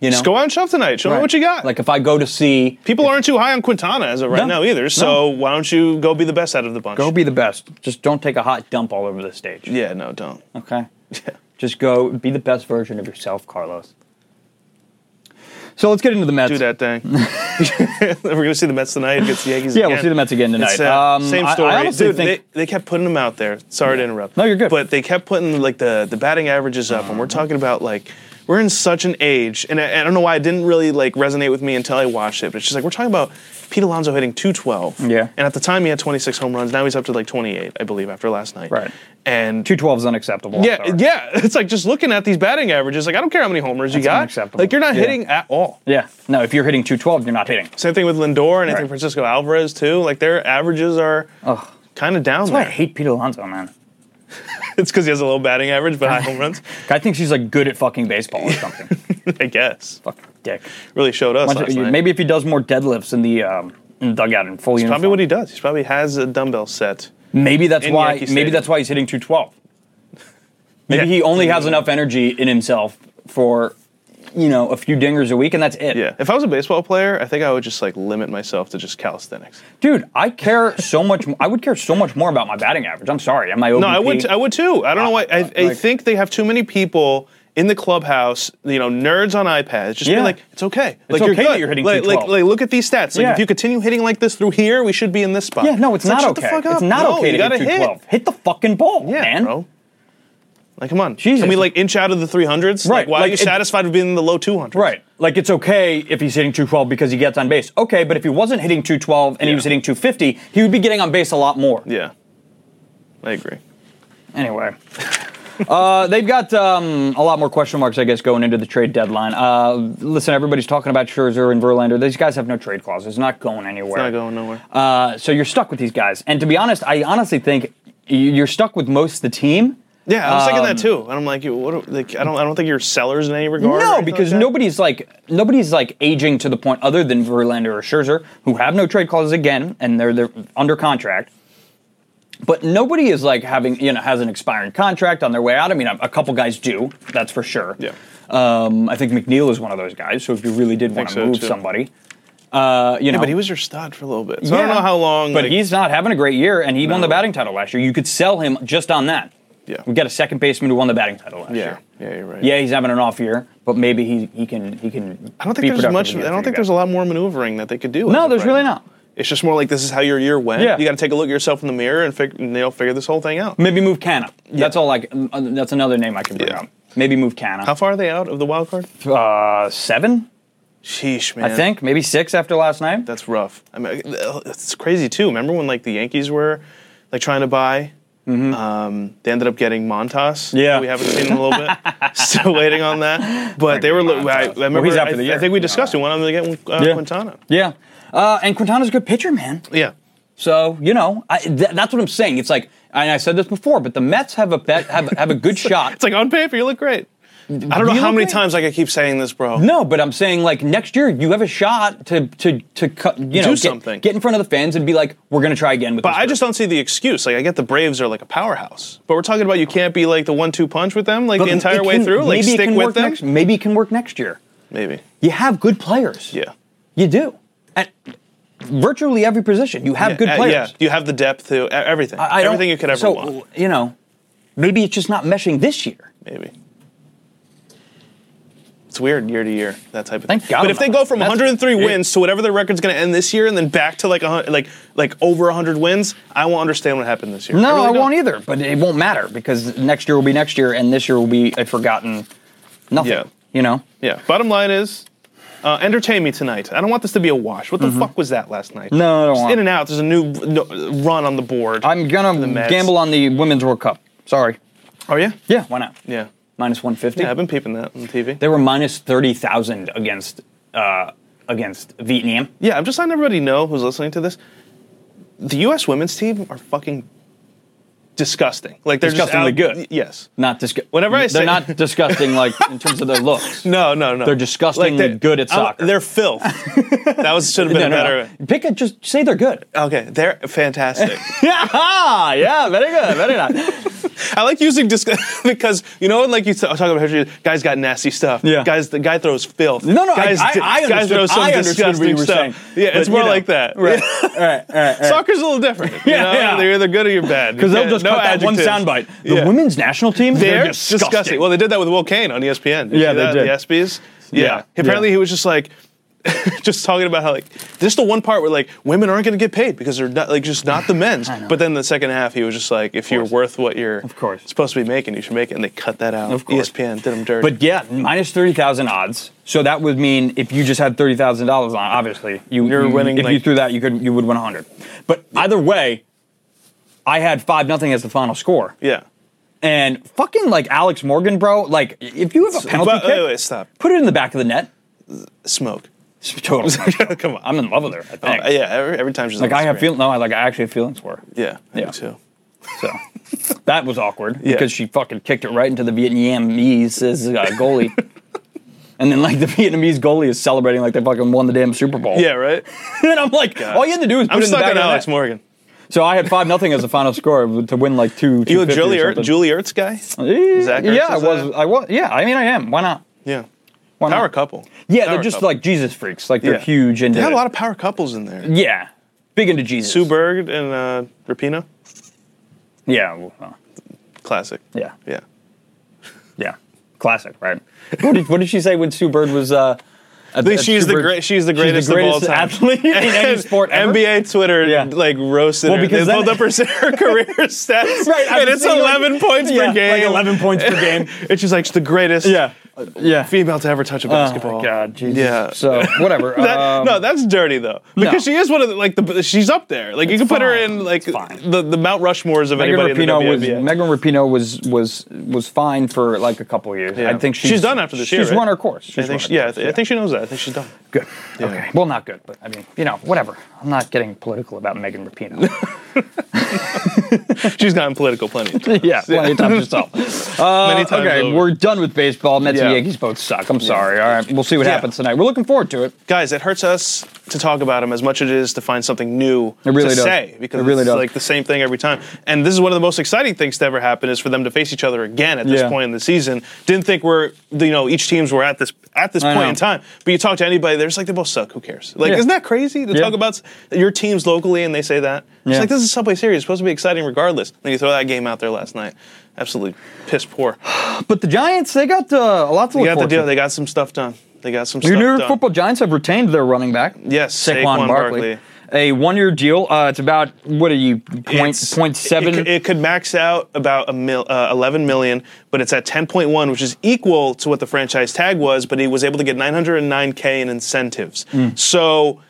C: You know,
D: Just go out and shove tonight. Show me
C: Right.
D: what you got.
C: Like if I go to see
D: people aren't too high on Quintana as of right
C: No.
D: now either. So why don't you go be the best out of the bunch?
C: Go be the best. Just don't take a hot dump all over the stage.
D: Yeah, no, don't.
C: Okay. Just go be the best version of yourself, Carlos. So let's get into the Mets.
D: Do that thing. We're gonna see the Mets tonight against the Yankees.
C: Yeah,
D: again.
C: we'll see the Mets again tonight.
D: It's sad.
C: Um,
D: Same
C: I- I
D: story.
C: honestly
D: Dude,
C: think-
D: they, they kept putting them out there. Sorry to interrupt.
C: No, you're good.
D: But they kept putting like the the batting averages up, and we're talking about like we're in such an age, and I, I don't know why it didn't really like resonate with me until I watched it. But it's just like we're talking about Pete Alonso hitting 212.
C: Yeah.
D: And at the time he had 26 home runs. Now he's up to like 28, I believe, after last night.
C: Right.
D: And
C: 212 is unacceptable.
D: yeah,
C: Sorry.
D: yeah. It's like just looking at these batting averages. Like I don't care how many homers you
C: That's
D: got.
C: unacceptable.
D: Like you're not
C: Yeah.
D: hitting at all.
C: Yeah. No, if you're hitting 212, you're not hitting. That's
D: Same thing with Lindor and I
C: Right.
D: think Francisco Alvarez too. Like their averages are kind of down
C: why I
D: there.
C: hate Pete Alonso, man.
D: It's because he has a low batting average but high home runs.
C: Guy thinks he's like good at fucking baseball or something.
D: I guess
C: fucking dick.
D: really showed us.
C: Why don't
D: Last
C: you-
D: night.
C: Maybe if he does more deadlifts in the um, in the dugout in full uniform.
D: probably what he does. He probably has a dumbbell set.
C: Maybe that's
D: In
C: why.
D: Yankee
C: Maybe
D: Stadium.
C: that's why he's hitting 212. Maybe
D: Yeah.
C: he only has enough energy in himself for, you know, a few dingers a week, and that's it.
D: Yeah. If I was a baseball player, I think I would just like limit myself to just calisthenics.
C: Dude, I care so much. I would care so much more about my batting average. I'm sorry. Am I OBP?
D: No, I would. I would too. I don't know why. I, I
C: Uh, Like-
D: think they have too many people. In the clubhouse, you know, nerds on iPads just
C: Yeah.
D: be like, "It's okay, like
C: okay
D: you're
C: that
D: good.
C: you're hitting
D: like, like,
C: 212.
D: like, look at these stats. Like,
C: Yeah.
D: if you continue hitting like this through here, we should be in this spot.
C: yeah, no, it's,
D: like,
C: not
D: shut the
C: okay.
D: fuck up.
C: It's not
D: No,
C: okay
D: you
C: to
D: gotta
C: hit 212.
D: Hit.
C: Hit the fucking ball,
D: Yeah,
C: man.
D: bro. Like, come on.
C: Jesus.
D: Can we like inch out of the 300s?
C: Right,
D: Like, why
C: like,
D: are you
C: it-
D: satisfied with being in the low 200s?
C: Right. Like it's okay if he's hitting 212 because he gets on base. Okay, but if he wasn't hitting 212 and he
D: Yeah.
C: was hitting 250, he would be getting on base a lot more.
D: Yeah. I agree.
C: Anyway. uh, they've got um, a lot more question marks, I guess, going into the trade deadline. Uh, listen, everybody's talking about Scherzer and Verlander. These guys have no trade clauses. It's not going anywhere.
D: Not going nowhere.
C: Uh, so you're stuck with these guys. And to be honest, I honestly think y- you're stuck with most of the team.
D: yeah, I was thinking
C: um,
D: that too. And I'm like, you- what? do- Like, I don't. I don't think you're sellers in any regard. or
C: No,
D: anything
C: because
D: like that.
C: nobody's like nobody's like aging to the point other than Verlander or Scherzer, who have no trade clauses again, and they're they're under contract. But nobody is like having you know has an expiring contract on their way out. I mean, a, a couple guys do, that's for sure.
D: Yeah.
C: Um, I think McNeil is one of those guys. So if you really did want to
D: so,
C: move
D: too.
C: somebody, uh, you know,
D: Yeah, but he was your stud for a little bit. So I don't know how long.
C: But
D: like-
C: he's not having a great year, and he won
D: No.
C: the batting title last year. You could sell him just on that.
D: Yeah.
C: We got a second baseman who won the batting title last
D: Yeah.
C: year.
D: Yeah, you're right.
C: Yeah, he's having an off year, but maybe he, he can he can.
D: I don't
C: be
D: think there's
C: productive
D: much.
C: again
D: I
C: for you
D: don't think
C: guys.
D: there's a lot more maneuvering that they could do. as
C: No,
D: of
C: there's
D: right
C: really
D: now.
C: not.
D: It's just more like this is how your year went.
C: Yeah. Mm.
D: You got to take a look at yourself in the mirror and fig- you know, figure this whole thing out.
C: Maybe move Canna. That's all. Like um, uh, that's another name I can bring
D: Yeah.
C: up. Maybe move Canna.
D: How far are they out of the wild card?
C: uh, seven,
D: Sheesh, man.
C: I think. Maybe six after last night.
D: That's rough. I mean, it's crazy too. Remember when like the Yankees were like trying to buy? Um, they ended up getting Montas.
C: Mm-hmm. Yeah.
D: we haven't seen in a little bit. Still waiting on that. But they were. li- I, I
C: Montas.
D: remember.
C: Well, he's out for
D: I,
C: the year.
D: I think we discussed it. One of them to get uh,
C: Yeah.
D: Quintana.
C: Yeah. Uh, and Quintana's a good pitcher, man.
D: Yeah.
C: So you know, I, th- that's what I'm saying. It's like and I said this before, but the Mets have a bet, have, have a good shot.
D: It's like on paper, you look great. I don't know
C: Mm-hmm. You
D: how
C: look
D: many
C: great.
D: times I could keep saying this, bro.
C: No, but I'm saying like next year you have a shot to to to cut you know
D: Do
C: get-
D: something.
C: get, in front of the fans and be like we're gonna try again with.
D: But
C: this
D: I
C: group.
D: just don't see the excuse. Like I get the Braves are like a powerhouse, but we're talking about you can't be like the one-two punch with them like
C: But
D: the
C: it
D: entire way
C: can-
D: through. Like
C: maybe it
D: stick
C: can
D: with
C: work
D: them.
C: Next, maybe it can work next year.
D: Maybe.
C: You have good players.
D: Yeah.
C: you do at virtually every position. You have
D: Yeah,
C: good
D: uh,
C: players.
D: Yeah. You have the depth to e- everything.
C: I don't-
D: everything you could ever
C: so,
D: want.
C: You know, maybe it's just not meshing this year.
D: Maybe. It's weird year to year that type of
C: Thank
D: thing.
C: God
D: but
C: I'm
D: if they
C: not-
D: go from
C: that's-
D: 103
C: it-
D: wins to whatever their record's going to end this year, and then back to like a, hun- like like over 100 wins, I won't understand what happened this year.
C: No, I,
D: really don't.
C: won't either. But it won't matter because next year will be next year, and this year will be a forgotten nothing.
D: Yeah.
C: You know.
D: Yeah. Bottom line is, uh, entertain me tonight. I don't want this to be a wash. What the fuck was that last night?
C: Mm-hmm. No, I don't
D: Just
C: want-
D: in and out. There's a new no, run on the board.
C: I'm
D: The
C: gonna
D: Mets.
C: gamble on the Women's World Cup. Sorry.
D: Are you?
C: Yeah, why not?
D: Oh, Yeah.
C: Minus 150.
D: Yeah, I've been peeping that on TV.
C: they were minus 30,000 against uh, against Vietnam.
D: yeah, I'm just letting everybody know who's listening to this. The U.S. women's team are fucking disgusting. Like they're just
C: Disgustingly
D: out-
C: good.
D: y- Yes.
C: Not disgusting.
D: Whenever I
C: they're
D: say-
C: not disgusting like in terms of their looks.
D: No, no, no.
C: They're disgustingly good at
D: I'm-
C: soccer.
D: they're filth. that was should have
C: No,
D: been
C: no,
D: a better.
C: no. Pick it. Just say they're good.
D: Okay, they're fantastic.
C: Yeah, yeah, very good, very nice.
D: I like using dis- because you know, like you t- talk about history, guys got nasty stuff.
C: Yeah.
D: guys, the guy throws filth.
C: No, no, I-
D: guys,
C: I-
D: di-
C: I
D: guys
C: understood-
D: throw some
C: I understood what
D: disgusting
C: you were
D: stuff.
C: saying.
D: Yeah, it's
C: But,
D: more
C: you know,
D: like that.
C: right,
D: Yeah. Soccer's a little different. you
C: Yeah,
D: know?
C: yeah.
D: They're either good or you're bad.
C: Because they'll
D: Yeah,
C: just
D: no
C: cut that one
D: adjectives.
C: soundbite. The
D: Yeah.
C: women's national team,
D: They're disgusting. Well, they did that with Will Kane on E ESPN. Did you
C: Yeah,
D: see
C: they
D: that?
C: did.
D: The ESPYS. Yeah.
C: Yeah,
D: Apparently,
C: yeah.
D: he was just like, just talking about how like this is the one part where like women aren't going to get paid because they're not like just not the men's. But then the second half, he was just like, if you're worth what you're of
C: course.
D: supposed to be making, you should make it. And they cut that out. E
C: Of course.
D: ESPN did him dirty.
C: But yeah, minus thirty thousand odds. So that would mean if you just had thirty thousand dollars on, it, obviously you,
D: You're
C: you-
D: winning,
C: If
D: like-
C: you threw that, you could you would win hundred. But either way, I had five nothing as the final score,
D: yeah.
C: and fucking like Alex Morgan, bro. Like if you have a penalty
D: But-
C: kick,
D: wait, wait, stop.
C: put it in the back of the net.
D: Smoke.
C: It's total.
D: Come on.
C: I'm in love with her. I
D: Oh,
C: think.
D: yeah. Every, every time she's
C: Like
D: on
C: I have
D: feelings.
C: feel no, I like I actually have feelings for her.
D: Yeah. I do
C: Yeah.
D: Too.
C: So that was awkward
D: Yeah.
C: because she fucking kicked it right into the Vietnamese uh, goalie. and then like the Vietnamese goalie is celebrating like they fucking won the damn Super Bowl.
D: Yeah. Right.
C: and I'm like, all you had to do is put
D: I'm
C: it in the
D: stuck
C: back
D: on
C: of the
D: Alex
C: net.
D: Morgan.
C: So I had five nothing as the final score to win like two.
D: You a
C: 250 or
D: Julie Ertz,
C: something.
D: Julie Ertz guy?
C: Eh,
D: Zach Ertz
C: Yeah, I
D: is
C: was.
D: that?
C: I was. Yeah, I mean, I am. Why not?
D: Yeah.
C: Why
D: Power
C: not?
D: couple.
C: Yeah,
D: Power
C: they're just
D: couple.
C: like Jesus freaks. Like they're
D: Yeah.
C: huge and
D: They had a lot of power couples in there.
C: yeah, big into Jesus.
D: Sue Berg and uh, Rapino,
C: Yeah, well, well,
D: classic.
C: yeah,
D: Yeah.
C: yeah. Classic, right? what, did, what did she say when Sue Bird was? Uh, at- at
D: she's
C: Sue
D: the
C: Bird-
D: great. She's the
C: She's
D: greatest, of all time.
C: athlete in any
D: And
C: sport ever.
D: NBA Twitter
C: Yeah.
D: like roasted
C: Well,
D: her.
C: because
D: they
C: then-
D: pulled up her, her career stats,
C: Right, I've
D: and
C: been
D: it's
C: seeing, like-
D: 11 points
C: yeah,
D: per game.
C: like 11 points per game.
D: and she's like she's the greatest
C: Yeah, yeah. Oh,
D: female to ever touch a Oh, basketball.
C: God, Jesus.
D: Yeah.
C: So whatever.
D: That-
C: um,
D: no, that's dirty though, because
C: no.
D: she is one of the, like the she's up there. Like you can put her
C: fine,
D: in like
C: it's fine.
D: the, the Mount Rushmores of
C: Megan
D: anybody
C: Rapinoe
D: in the
C: was
D: WNBA.
C: Megan Rapinoe was was was fine for like a couple years.
D: Yeah.
C: I think she's,
D: She's done after this
C: she's
D: year, right?
C: run her course. She's
D: I think
C: run her
D: she, yeah, I
C: course,
D: th- I think she knows that. I think she's done.
C: Good. Okay. Well, not good, but I mean, you know, whatever. I'm not getting political about Megan Rapinoe.
D: She's gotten political plenty. of times.
C: yeah, plenty of times yourself. Uh,
D: Many times
C: okay,
D: over.
C: we're done with baseball. Mets
D: Yeah.
C: and Yankees both suck. I'm sorry. All right, we'll see what
D: Yeah.
C: happens tonight. We're looking forward to it.
D: guys, it hurts us to talk about him as much as it is to find something new
C: It really
D: to
C: does.
D: say because
C: It really
D: it's
C: does.
D: like the same thing every time. And this is one of the most exciting things to ever happen is for them to face each other again at this
C: Yeah.
D: point in the season. Didn't think we're you know each teams were at this at this
C: I
D: point
C: know.
D: in time. But you talk to anybody, they're just like they both suck. Who cares? Like
C: Yeah.
D: isn't that crazy to
C: Yeah.
D: talk about s- your teams locally and they say that? It's
C: Yeah.
D: like this is Subway Series it's supposed to be exciting regardless. Then you throw that game out there last night. Absolutely piss poor.
C: But the Giants, they got uh, a lot to
D: They
C: look
D: got the
C: forward
D: deal.
C: to.
D: They got some stuff done. They got some
C: Your
D: stuff
C: New York
D: done.
C: Football Giants have retained their running back.
D: Yes,
C: Saquon,
D: Saquon
C: Barkley.
D: Barkley.
C: A one-year deal. Uh, it's about what are you point
D: It's-
C: point seven?
D: It, could- it could max out about a mil, uh, 11 million, but it's at 10.1, which is equal to what the franchise tag was. But he was able to get 909k in incentives.
C: Hmm.
D: So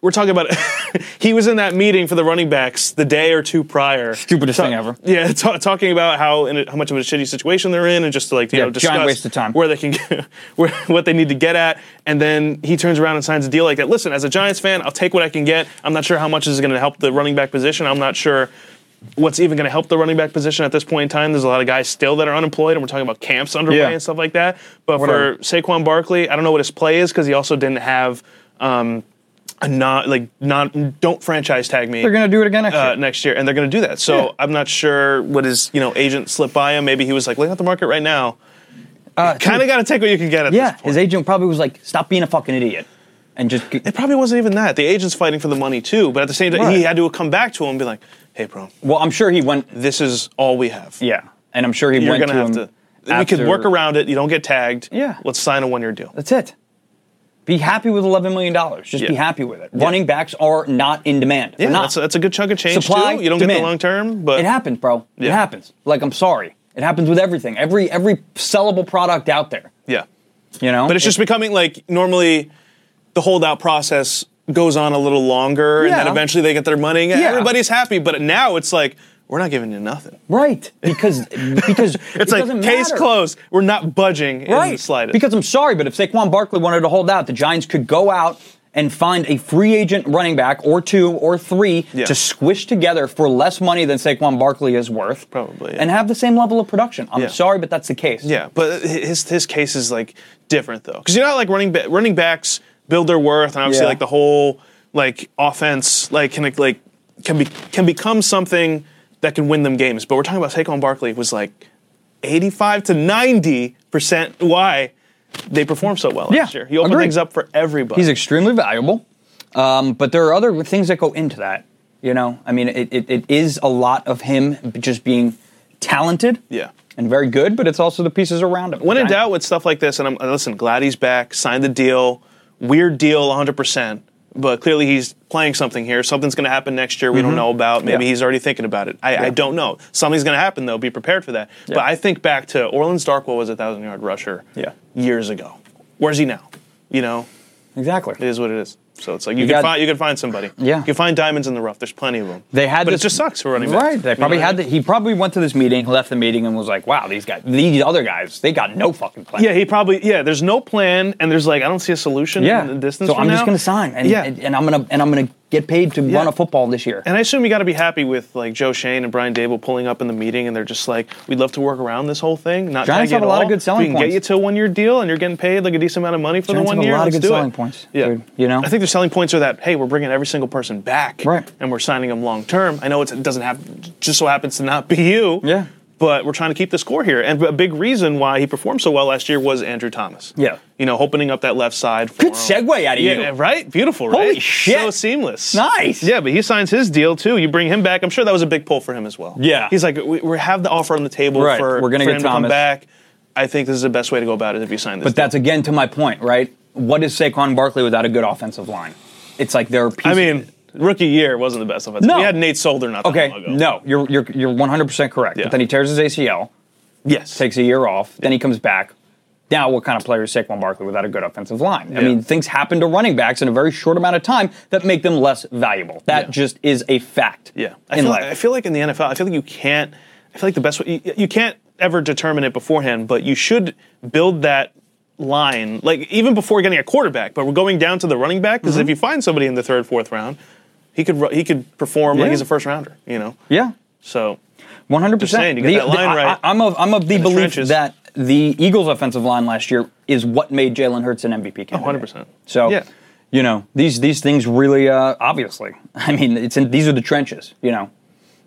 D: we're talking about. he was in that meeting for the running backs the day or two prior.
C: Stupidest thing ever.
D: Yeah, ta- talking about how in a, how much of a shitty situation they're in, and just to like you
C: Yeah,
D: know
C: giant
D: discuss
C: waste of time.
D: where they can get, where what they need to get at, and then he turns around and signs a deal like that. Listen, as a Giants fan, I'll take what I can get. I'm not sure how much is going to help the running back position. I'm not sure what's even going to help the running back position at this point in time. There's a lot of guys still that are unemployed, and we're talking about camps underway
C: Yeah.
D: and stuff like that. But
C: Whatever.
D: for Saquon Barkley, I don't know what his play is because he also didn't have um, a not like not don't franchise tag me.
C: They're gonna do it again next
D: uh,
C: year.
D: next year, and they're going to do that. So
C: Yeah.
D: I'm not sure what his you know agent slipped by him. Maybe he was like, "Look at the market right now."
C: Uh,
D: Kind of got to take what you can get at
C: yeah,
D: this point.
C: his agent probably was like, "Stop being a fucking idiot," and just g-
D: it probably wasn't even that. The agent's fighting for the money too, but at the same time, he
C: Right.
D: had to come back to him and be like, "Hey, bro,
C: well, I'm sure he went.
D: this is all we have.
C: Yeah, and I'm sure he
D: You're
C: went
D: gonna
C: to
D: have
C: him
D: to. we could
C: after-
D: work around it. You don't get tagged.
C: Yeah.
D: Let's sign a one-year deal.
C: That's it. Be happy with eleven million dollars. Just be
D: Yeah.
C: happy with it. Running backs are not in demand.
D: Yeah,
C: They're not.
D: that's, that's a good chunk of change
C: Supply,
D: too. You don't get
C: demand.
D: the long term, but
C: it happens, bro. It
D: Yeah.
C: happens. Like I'm sorry, it happens with everything. Every every sellable product out there.
D: yeah.
C: You know,
D: But it's just becoming like normally the holdout process goes on a little longer, and then
C: Yeah.
D: eventually they get their money.
C: Yeah.
D: Everybody's happy, but now it's like we're not giving you nothing.
C: right because because it
D: It's like
C: doesn't
D: case
C: matter.
D: closed. We're not budging in the
C: right?
D: slightest.
C: Because I'm sorry, but if Saquon Barkley wanted to hold out, the Giants could go out and find a free agent running back or two or three
D: Yeah.
C: to squish together for less money than Saquon Barkley is worth,
D: Probably, yeah.
C: and have the same level of production. I'm
D: Yeah.
C: sorry, but that's the case.
D: Yeah, but his his case is like different though, because you know how, like running ba- running backs build their worth, and obviously
C: Yeah.
D: like the whole like offense like can like can be can become something that can win them games. But we're talking about Saquon Barkley was like eighty five to ninety percent why they performed so well last
C: Yeah,
D: year. He opened
C: agreed.
D: things up for everybody.
C: He's extremely valuable, um, but there are other things that go into that. You know, I mean, it, it, it is a lot of him just being talented,
D: Yeah.
C: and very good, but it's also the pieces around him.
D: when in
C: Giants-
D: doubt with stuff like this, and I'm uh, listen, glad he's back, signed the deal, weird deal, 100. percent But clearly he's playing something here. Something's going to happen next year. We don't know about. Maybe
C: Mm-hmm. Yeah.
D: he's already thinking about it. I, I
C: Yeah.
D: don't know. Something's going to happen though. Be prepared for that. But I think back to Orleans Darkwell was a thousand yard rusher.
C: Yeah.
D: years ago. Where's he now? You know,
C: exactly.
D: it is what it is. So it's like you,
C: You
D: can
C: got-
D: find you can find somebody.
C: Yeah.
D: you can find diamonds in the rough. There's plenty of them.
C: They had
D: but
C: this,
D: it just sucks for running backs.
C: Right. They probably had. The, he probably went to this meeting, left the meeting, and was like, "Wow, these guys, these other guys, they got no fucking plan."
D: Yeah, he probably. Yeah, there's no plan, and there's like I don't see a solution.
C: yeah.
D: in the distance.
C: so
D: from
C: I'm just
D: now.
C: gonna sign, and,
D: Yeah.
C: and, and I'm gonna and I'm gonna get paid to run a football this year.
D: And I assume you got to be happy with like Joe Shane and Brian Dable pulling up in the meeting, and they're just like, "We'd love to work around this whole thing." Not
C: Giants
D: tag you
C: have a
D: at
C: lot of
D: all.
C: good selling
D: We can
C: points.
D: get you to a one-year deal, and you're getting paid like a decent amount of money for
C: Giants
D: the
C: have
D: one
C: a
D: year.
C: lot of
D: Let's
C: good
D: do it.
C: selling points,
D: Yeah,
C: dude, you know?
D: I think their selling points are that hey, we're bringing every single person back,
C: Right.
D: And we're signing them long term. I know it's, it doesn't have just so happens to not be you,
C: Yeah.
D: But we're trying to keep the score here, and a big reason why he performed so well last year was Andrew Thomas.
C: Yeah.
D: you know, opening up that left side. For
C: Good
D: him.
C: segue out of
D: yeah,
C: you.
D: right? Beautiful, right?
C: Holy shit.
D: So seamless.
C: Nice.
D: Yeah, but he signs his deal too. You bring him back. I'm sure that was a big pull for him as well.
C: Yeah.
D: He's like, we, we have the offer on the table
C: Right.
D: for,
C: We're gonna
D: for
C: get
D: him to come
C: Thomas.
D: back. I think this is the best way to go about it if you sign this.
C: But that's again to my point, right? What is Saquon Barkley without a good offensive line? It's like there are.
D: deal.
C: Pieces
D: I mean, rookie year wasn't the best offense.
C: No.
D: We had Nate Solder not that
C: okay,
D: long ago.
C: no, you're you're you're 100 percent correct.
D: Yeah.
C: But then he tears his ACL,
D: Yes.
C: takes a year off, then he comes back. Now, what kind of player is Saquon Barkley without a good offensive line? I
D: Yeah.
C: mean, things happen to running backs in a very short amount of time that make them less valuable. That
D: Yeah.
C: just is a fact.
D: Yeah, I
C: in
D: feel,
C: life.
D: I feel like in the NFL, I feel like you can't. I feel like the best way you, you can't ever determine it beforehand, but you should build that line like even before getting a quarterback. But we're going down to the running back
C: Mm-hmm.
D: because if you find somebody in the third, fourth round, he could ru- he could perform like
C: Yeah.
D: he's a first rounder. You know,
C: yeah,
D: so
C: one hundred
D: Just saying,
C: percent.
D: you get that line right
C: I, am of I'm of the
D: in the
C: belief
D: trenches.
C: that the Eagles' offensive line last year is what made Jalen Hurts an MVP candidate.
D: 100%.
C: So,
D: Yeah.
C: you know, these these things really uh, obviously. I mean, it's in, these are the trenches. You know,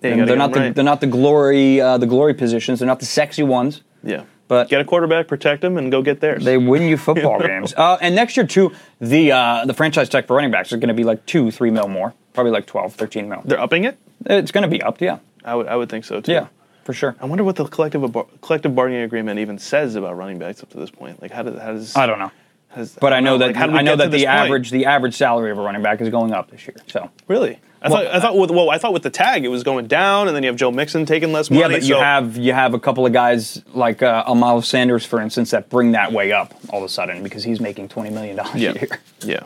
D: yeah,
C: And
D: you gotta
C: they're
D: get
C: not
D: him
C: the
D: right.
C: they're not the glory uh, the glory positions. They're not the sexy ones.
D: yeah.
C: But
D: Get a quarterback, protect him, and go get theirs.
C: They win you football games. Uh, and next year, too, the uh, the franchise tag for running backs is going to be like two, three mil more. Probably like 12, 13 mil.
D: They're upping it.
C: It's going to be up, yeah.
D: I would I would think so too.
C: Yeah, for sure.
D: I wonder what the collective abo- collective bargaining agreement even says about running backs up to this point. Like how does how does
C: I don't know.
D: how does-
C: But I
D: don't
C: know
D: Like,
C: that
D: how did we
C: I know
D: get to
C: that
D: this
C: the
D: point?
C: average the average salary of a running back is going up this year. So
D: Really? I
C: Well,
D: thought I thought with well, I thought with the tag it was going down, and then you have Joe Mixon taking less money.
C: yeah, but you
D: so-
C: have you have a couple of guys like uh, Amal Sanders, for instance, that bring that way up all of a sudden because he's making twenty million dollars
D: yeah,
C: a year.
D: yeah.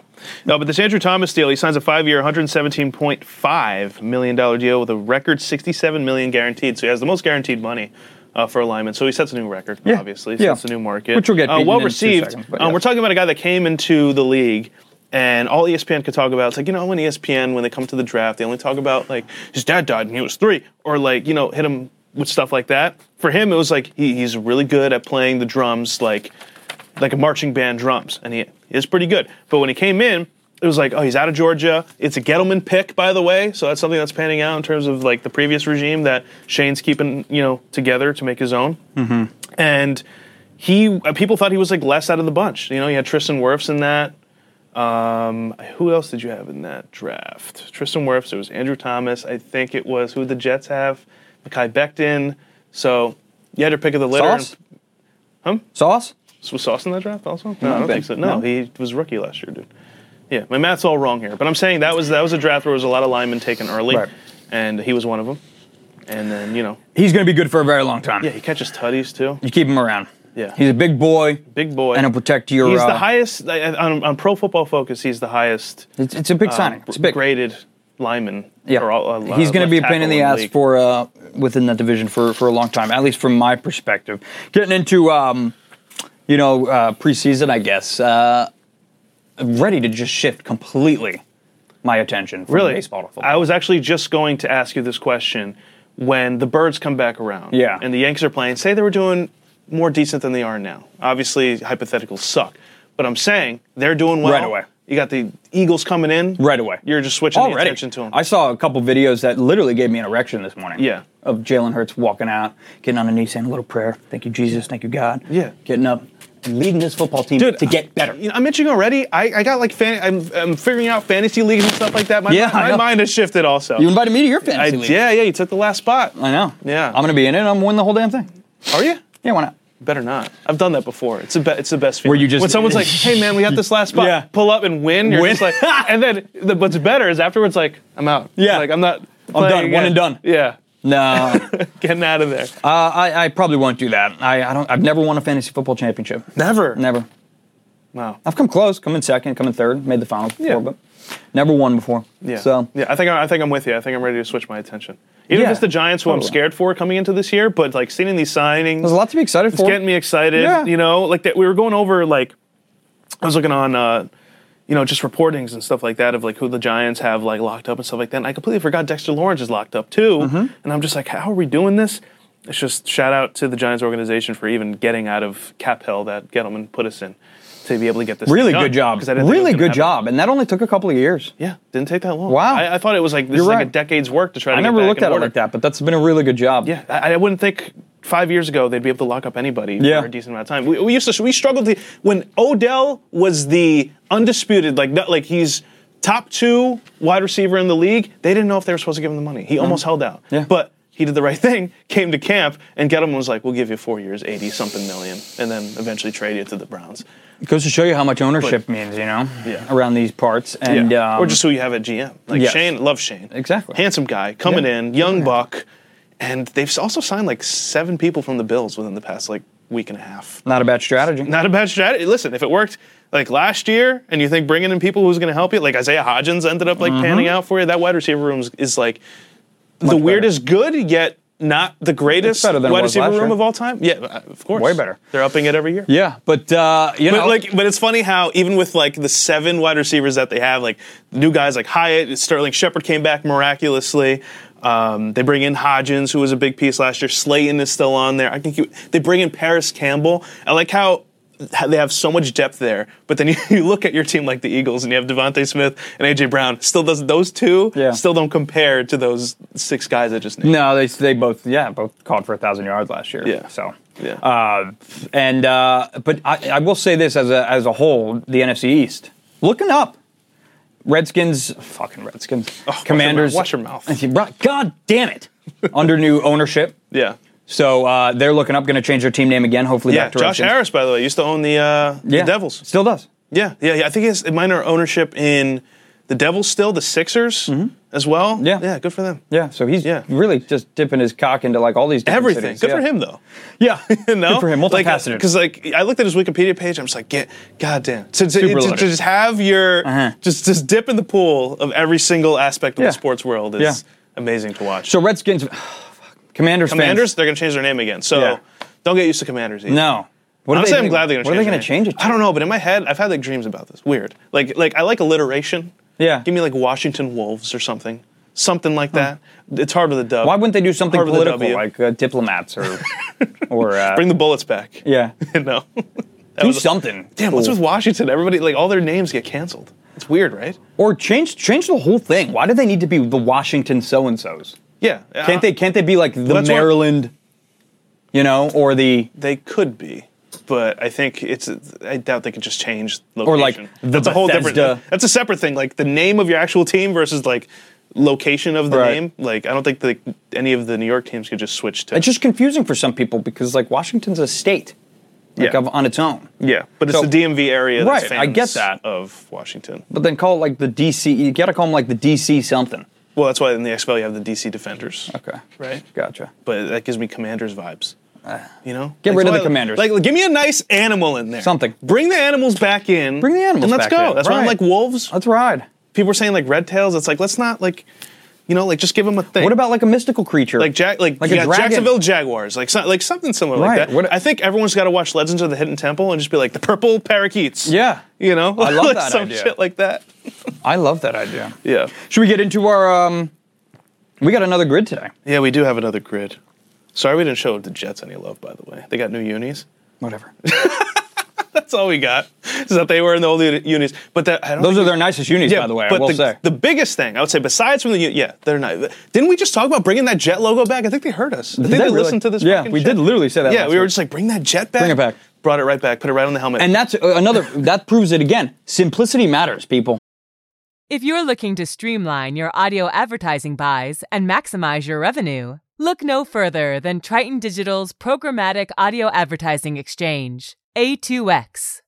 D: No, but this Andrew Thomas deal, he signs a five-year, one hundred seventeen point five million dollar deal with a record sixty-seven million guaranteed. So he has the most guaranteed money. Uh, for alignment, so he sets a new record.
C: Yeah,
D: Obviously,
C: yeah.
D: sets a new market,
C: Which we'll get
D: uh,
C: beaten
D: well
C: in two
D: received.
C: seconds, but
D: Um,
C: yeah.
D: We're talking about a guy that came into the league and all E ESPN could talk about. It's like you know when E ESPN when they come to the draft, they only talk about like his dad died when he was three, or like you know hit him with stuff like that. For him, it was like he, he's really good at playing the drums, like like a marching band drums, and he is pretty good. But when he came in, it was like, oh, he's out of Georgia. It's a Gettleman pick, by the way, so that's something that's panning out in terms of like the previous regime that Shane's keeping, you know, together to make his own. And he, uh, people thought he was like less out of the bunch. You know, you had Tristan Wirfs in that. Um, who else did you have in that draft? Tristan Wirfs. It was Andrew Thomas. I think it was who did the Jets have, Mackay Becton. So you had your pick of the litter.
C: Sauce?
D: and- Huh?
C: Sauce?
D: was Sauce in that draft also? No, I don't
C: think-
D: think so. No,
C: no?
D: he was rookie last year, dude. Yeah, my math's all wrong here, but I'm saying that was that was a draft where there was a lot of linemen taken early,
C: Right.
D: and he was one of them. And then you know,
C: He's going to be good for a very long time.
D: yeah, he catches tutties too.
C: You keep him around.
D: Yeah.
C: He's a big boy.
D: Big boy.
C: And he'll protect your.
D: He's
C: uh,
D: the highest I- I- on, on Pro Football Focus. He's the highest
C: It's, it's a big signing.
D: um,
C: It's big.
D: graded lineman.
C: Yeah.
D: or, uh,
C: He's going
D: left
C: to be a pain
D: tackle
C: in the ass
D: league.
C: for uh, within that division for, for a long time, at least from my perspective. Getting into um, you know uh, preseason, I guess. Uh, I'm ready to just shift completely my attention from
D: really
C: baseball to football.
D: I was actually just going to ask you this question when the birds come back around.
C: Yeah.
D: And the Yankees are playing. Say they were doing more decent than they are now. Obviously, hypotheticals suck, but I'm saying they're doing well.
C: Right away.
D: You got the Eagles coming in.
C: right away.
D: You're just switching the
C: Already.
D: attention to them.
C: I saw a couple videos that literally gave me an erection this morning.
D: Yeah.
C: Of Jalen Hurts walking out, getting on a knee, saying a little prayer. Thank you, Jesus. Thank you, God.
D: Yeah.
C: Getting up, and leading this football team
D: Dude,
C: to get better.
D: you know, I'm itching already. I, I got like fan, I'm, I'm figuring out fantasy leagues and stuff like that. My,
C: Yeah, I
D: my
C: know.
D: mind has shifted also.
C: You invited me to your
D: I,
C: fantasy league.
D: yeah, yeah, you took the last spot.
C: I know.
D: Yeah.
C: I'm gonna be in it. and I'm gonna win the whole damn thing.
D: Are you?
C: Yeah, why not?
D: Better not. I've done that before. It's a be- it's the best feeling.
C: you just-
D: when someone's like, "Hey man, we got this last spot.
C: Yeah.
D: Pull up and win." You're
C: Win.
D: just like, and then the, what's better is afterwards, like, I'm out.
C: Yeah.
D: like I'm not.
C: I'm
D: playing
C: done. One
D: again.
C: and done. Uh,
D: Yeah,
C: No, uh,
D: getting out of there.
C: I, I probably won't do that. I, I don't. I've never won a fantasy football championship.
D: Never.
C: Never.
D: Wow.
C: I've come close. Come in second. Come in third. Made the finals before,
D: Yeah.
C: but never won before.
D: Yeah.
C: So
D: yeah, I think I, I think I'm with you. I think I'm ready to switch my attention. Even
C: Yeah,
D: if it's the Giants, who I'm
C: totally.
D: scared for coming into this year, but like seeing these signings,
C: there's a lot to be excited for.
D: It's getting me excited.
C: Yeah.
D: You know, like that we were going over like I was looking on uh you know, just reportings and stuff like that of like who the Giants have like locked up and stuff like that. And I completely forgot Dexter Lawrence is locked up too.
C: Mm-hmm.
D: And I'm just like, how are we doing this? It's just shout out to the Giants organization for even getting out of cap hell that Gettleman put us in to be able to get this.
C: really
D: thing
C: good
D: done,
C: job.
D: 'cause I didn't think it was
C: Really
D: gonna
C: good
D: happen.
C: job, and that only took a couple of years.
D: Yeah, didn't take that long.
C: Wow.
D: I, I thought it was like this
C: You're
D: is like
C: right.
D: a decade's work to try to
C: I
D: get
C: never
D: back
C: looked
D: in
C: at it
D: order.
C: like that, but that's been a really good job.
D: Yeah, I, I wouldn't think five years ago they'd be able to lock up anybody
C: Yeah.
D: for a decent amount of time. We, we used to we struggled to, when Odell was the undisputed like not, like he's top two wide receiver in the league. They didn't know if they were supposed to give him the money. He almost held out,
C: Mm-hmm. Yeah.
D: but he did the right thing. Came to camp and Gettleman was like, "We'll give you four years, eighty something million, and then eventually trade you to the Browns."
C: It goes to show you how much ownership means, you know,
D: Yeah.
C: around these parts, and um,
D: or just who you have at GM. Like
C: Yes.
D: Shane, love Shane.
C: Exactly.
D: Handsome guy coming
C: Yeah.
D: in, young buck, and they've also signed like seven people from the Bills within the past like week and a half.
C: not a bad strategy.
D: Not a bad strategy. Listen, if it worked like last year, and you think bringing in people who's going to help you, like Isaiah Hodgins ended up like panning out for you, that wide receiver room is, is like the
C: Mm-hmm. better.
D: weirdest good, yet not the greatest
C: better than it
D: wide
C: was
D: receiver
C: last
D: room
C: year.
D: of all time. Yeah, uh, of course,
C: Way better.
D: They're upping it every year.
C: Yeah, but uh, you
D: But
C: know,
D: like, but it's funny how even with like the seven wide receivers that they have, like new guys like Hyatt, Sterling Shepard came back miraculously. Um, they bring in Hodgins, who was a big piece last year. Slayton is still on there. I think you, they bring in Paris Campbell. I like how. how They have so much depth there, but then you, you look at your team like the Eagles, and you have Devontae Smith and AJ Brown. Still, does those two
C: Yeah.
D: still don't compare to those six guys I just named?
C: No, they they both yeah both called for a thousand yards last year.
D: Yeah.
C: So
D: Yeah.
C: uh, and uh, but I, I will say this as a as a whole, the NFC East looking up. Redskins, fucking Redskins.
D: Oh, watch your
C: Commanders.
D: mouth- watch your mouth.
C: Right, God damn it. Under new ownership.
D: Yeah,
C: So uh, they're looking up, going to change their team name again, hopefully
D: yeah.
C: back to
D: Josh
C: Redskins.
D: Harris, by the way, used to own the, uh,
C: Yeah.
D: the Devils.
C: Still does.
D: Yeah, yeah, yeah. I think he has minor ownership in the Devils still, the Sixers as well.
C: Mm-hmm. Yeah.
D: yeah, good for them.
C: Yeah. So he's
D: Yeah.
C: really just dipping his cock into like all these different
D: Everything.
C: cities.
D: Good for
C: Yeah.
D: him though.
C: Yeah.
D: You know?
C: Good for him. Multifaceted.
D: Because like, uh, I looked at his Wikipedia page, I'm just like, get goddamn. To, to,
C: Super
D: to, to
C: loaded.
D: just have your
C: Uh-huh.
D: just just dip in the pool of every single aspect of
C: Yeah.
D: the sports world is
C: Yeah.
D: amazing to watch.
C: so Redskins, Commanders, fans-
D: Commanders, they're gonna change their name again. So
C: Yeah.
D: don't get used to Commanders either.
C: No. What are
D: Honestly,
C: they
D: I'm glad they're
C: What
D: gonna
C: are they
D: change
C: going to change it to?
D: I don't know, but in my head, I've had like dreams about this. Weird. Like like I like alliteration.
C: Yeah.
D: Give me like Washington Wolves or something. Something like that. It's hard with a dub.
C: Why wouldn't they do something
D: Hard with a
C: political
D: W.
C: like uh, diplomats or or uh,
D: Bring the bullets back.
C: yeah?
D: no. That
C: Do
D: was-
C: something.
D: Damn, what's
C: cool.
D: with Washington? Everybody like all their names get canceled. It's weird, right?
C: or change change the whole thing. Why do they need to be the Washington so and so's?
D: Yeah.
C: Can't they can't they be like the
D: Uh, that's why-
C: Maryland, you know, or the
D: They could be, but I think it's. I doubt they could just change location.
C: like, the
D: that's a whole
C: Bethesda-
D: different. That's a separate thing. Like the name of your actual team versus like location of the
C: Right.
D: name. Like I don't think like any of the New York teams could just switch to.
C: it's just confusing for some people because like Washington's a state like
D: Yeah.
C: of, on its own.
D: yeah, but it's
C: So-
D: the DMV area. That's
C: Right, I
D: fans
C: get that.
D: of Washington.
C: But then call it like the DC. You got to call them like the DC something.
D: Well, that's why in the XFL you have the DC Defenders.
C: Okay.
D: Right.
C: Gotcha.
D: But that gives me Commanders vibes.
C: Ah.
D: You know,
C: Get rid of the
D: why-
C: Commanders.
D: Like, give me a nice animal in there.
C: Something.
D: Bring the animals back in.
C: Bring the animals
D: And let's
C: back
D: go.
C: in.
D: That's why I'm
C: Right. Uh,
D: like wolves.
C: Let's ride.
D: people were saying like red tails. It's like let's not like, you know, like just give them a thing.
C: What about like a mystical creature?
D: like Jack, like,
C: Like a
D: yeah,
C: dragon.
D: Jacksonville Jaguars, like so, like something similar
C: Right.
D: like that.
C: What-
D: I think everyone's got to watch Legends of the Hidden Temple and just be like the purple parakeets.
C: Yeah.
D: you know,
C: I love
D: Like,
C: that
D: some
C: idea.
D: shit like that.
C: I love that idea.
D: Yeah,
C: Should we get into our? um We got another grid today.
D: yeah, we do have another grid. Sorry, we didn't show the Jets any love, by the way. They got new unis.
C: Whatever.
D: That's all we got is that they were in the old uni- unis. But that I don't
C: Those
D: think-
C: are their nicest unis, by the way. I
D: but
C: will
D: the,
C: say.
D: the biggest thing I would say, besides from the uni- yeah, they're not. Didn't we just talk about bringing that jet logo back? I think they heard us. I think
C: they
D: they
C: really?
D: listened to this.
C: Yeah,
D: fucking
C: we
D: shit.
C: did literally say that
D: Yeah,
C: last
D: we were
C: week.
D: just like, bring that jet back.
C: Bring it back.
D: Brought it right back. Put it right on the helmet.
C: And that's uh, another, that proves it again. Simplicity matters, people.
A: If you're looking to streamline your audio advertising buys and maximize your revenue, look no further than Triton Digital's Programmatic Audio Advertising Exchange, A2X.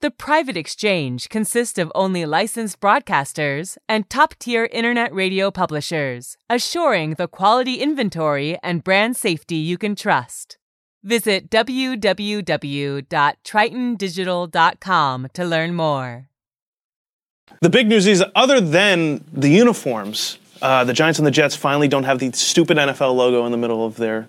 A: The private exchange consists of only licensed broadcasters and top tier internet radio publishers, assuring the quality inventory and brand safety you can trust. Visit www.tritondigital.com to learn more.
D: the big news is, other than the uniforms, uh, the Giants and the Jets finally don't have the stupid NFL logo in the middle of their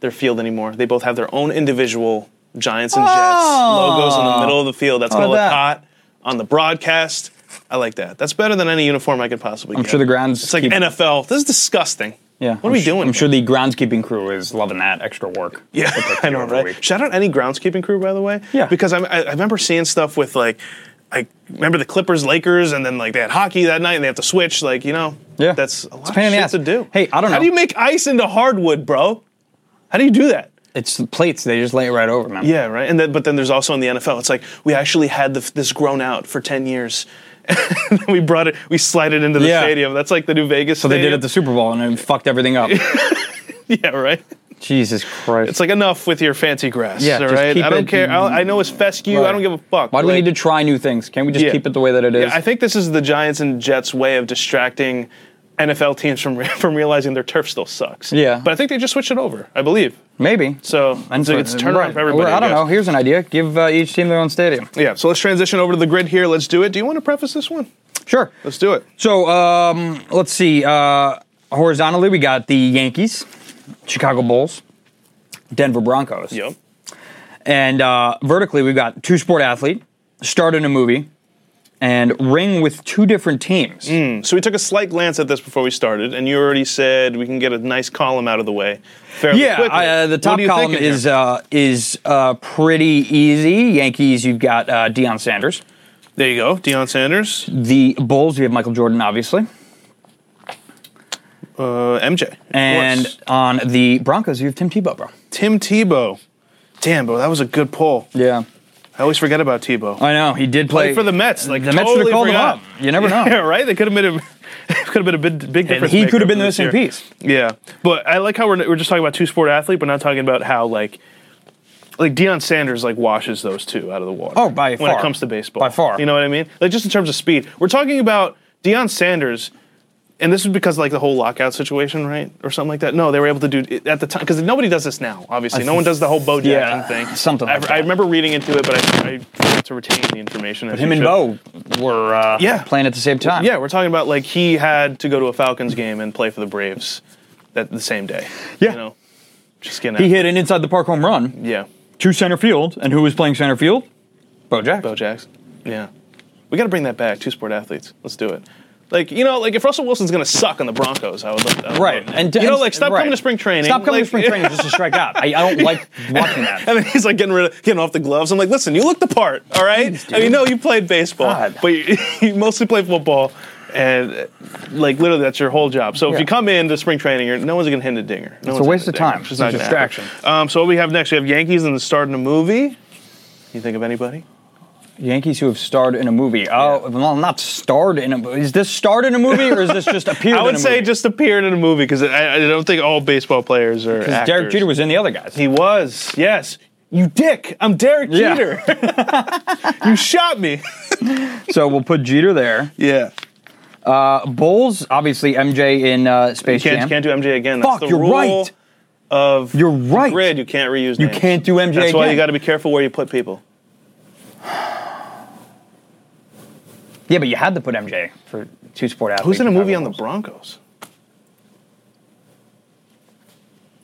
D: their field anymore. They both have their own individual Giants and
C: Oh.
D: Jets logos in the middle of the field. That's
C: How
D: gonna look
C: about that?
D: hot on the broadcast. I like that. That's better than any uniform I could possibly
C: I'm
D: get.
C: sure the grounds
D: It's like
C: keep-
D: NFL. This is disgusting.
C: Yeah.
D: What are
C: I'm
D: we
C: su-
D: doing?
C: I'm
D: here?
C: sure the groundskeeping crew is loving that extra work.
D: Yeah, I know,
C: every
D: right?
C: week.
D: Shout out any groundskeeping crew, by the way.
C: Yeah.
D: because I'm, I, I remember seeing stuff with like, I remember the Clippers, Lakers, and then like they had hockey that night, and they have to switch. Like you know,
C: Yeah.
D: that's a
C: It's
D: lot
C: a
D: of
C: pain in
D: shit
C: the ass.
D: to do.
C: Hey, I don't
D: How
C: know.
D: do you make ice into hardwood, bro? How do you do that?
C: It's the plates. They just lay it right over, man.
D: Yeah, right. And then, but then there's also in the NFL, it's like we actually had the, this grown out for ten years. and then we brought it, we slide it into the
C: Yeah.
D: stadium. That's like the new Vegas.
C: So they did it at the Super Bowl and it fucked everything up.
D: yeah, right.
C: Jesus Christ.
D: It's like enough with your fancy grass.
C: Yeah,
D: all
C: just
D: right.
C: keep
D: I don't
C: it-
D: care. I, I know it's fescue.
C: Right.
D: I don't give a fuck.
C: Why do we
D: Like-
C: need to try new things? Can't we just
D: Yeah.
C: keep it the way that it is?
D: Yeah, I think this is the Giants and Jets' way of distracting NFL teams from from realizing their turf still sucks.
C: Yeah.
D: but I think they just switched it over. I believe
C: Maybe.
D: so.
C: And
D: so
C: so-
D: it's turnaround
C: right.
D: for everybody.
C: Well, I don't
D: guess.
C: know. Here's an idea. Give uh, each team their own stadium.
D: Yeah, so let's transition over to the grid here. Let's do it. Do you want to preface this one?
C: Sure.
D: Let's do it.
C: So um, let's see. Uh, horizontally, we got the Yankees, Chicago Bulls, Denver Broncos.
D: Yep.
C: And uh, vertically, we've got two sport athlete, start in a movie, and ring with two different teams.
D: So we took a slight glance at this before we started, and you already said we can get a nice column out of the way. Fairly
C: Yeah,
D: quickly.
C: I, uh, the
D: What
C: top
D: are you
C: column
D: thinking here?
C: is uh, is uh, pretty easy. Yankees, you've got uh, Deion Sanders.
D: there. You go, Deion Sanders,
C: The Bulls, we have Michael Jordan, obviously.
D: uh, MJ, of
C: And
D: course.
C: on the Broncos, you have Tim Tebow, bro.
D: Tim Tebow. Damn, bro, that was a good poll.
C: Yeah,
D: I always forget about Tebow.
C: I know he did play
D: Play for the Mets. Like
C: the Mets should
D: totally
C: have called
D: forgot.
C: him up. You never know.
D: Yeah, right. They could have been a could have been a big, big
C: And
D: difference.
C: he
D: maker
C: could have been
D: for
C: the
D: this
C: missing
D: year.
C: piece.
D: Yeah, but I like how we're we're just talking about two sport athlete, but not talking about how like like Deion Sanders like washes those two out of the water.
C: Oh, by
D: when
C: far.
D: it comes to baseball,
C: By far.
D: You know what I mean? Like just in terms of speed, we're talking about Deion Sanders. And this is because like the whole lockout situation, right, or something like that. No, they were able to do it at the time because nobody does this now. Obviously, no one does the whole Bo Jackson
C: Yeah,
D: thing.
C: something
D: I,
C: like that.
D: I remember reading into it, but I, I failed to retain the information. as
C: Him
D: you
C: and
D: should.
C: Bo were uh,
D: Yeah.
C: playing at the same time.
D: Yeah, we're talking about like he had to go to a Falcons game and play for the Braves that the same day.
C: Yeah.
D: You know, just getting
C: He
D: out.
C: hit an inside the park home run.
D: Yeah.
C: to center field, and who was playing center field? Bo Jackson.
D: Bo Jackson. Yeah. We got to bring that back. Two sport athletes. Let's do it. Like you know, like if Russell Wilson's gonna suck on the Broncos, I would love that.
C: Right, and
D: you know, like stop coming to spring training.
C: Stop coming
D: Like,
C: to spring training just to strike out. I, I don't like watching that.
D: And then he's like getting rid of getting off the gloves. I'm like, listen, you look the part, all right.
C: Jeez, dude.
D: I mean, no, you played baseball,
C: God.
D: but you, you mostly played football, and uh, like literally that's your whole job. So
C: Yeah.
D: if you come in to spring training, you're, no one's gonna hand a dinger. No
C: It's
D: one's
C: a waste
D: handing
C: of time.
D: dinger.
C: It's
D: not
C: a
D: gonna happen.
C: distraction.
D: Um, so what we have next? We have Yankees and the start in a movie. You think of anybody?
C: Yankees who have starred in a movie. Oh, well, not starred in a movie. Is this starred in a movie or is this just appeared
D: I
C: in
D: would
C: a
D: say
C: movie?
D: just appeared in a movie because I, I don't think all baseball players are.
C: Because
D: Actors.
C: Derek Jeter was in the other guys.
D: He was. Yes. You dick. I'm Derek
C: Yeah.
D: Jeter. you shot me.
C: so we'll put Jeter there.
D: Yeah.
C: Bulls, obviously MJ in uh,
D: You
C: Space
D: can't, you
C: Jam.
D: can't do MJ again. That's
C: Fuck,
D: the
C: you're
D: rule
C: right.
D: Of
C: You're right.
D: grid, you can't reuse.
C: You
D: names.
C: can't do MJ
D: That's why
C: again.
D: you got to be careful where you put people.
C: yeah, but you had to put MJ for two sport athletes.
D: Who's in a movie
C: Chicago
D: on the
C: Bulls.
D: Broncos?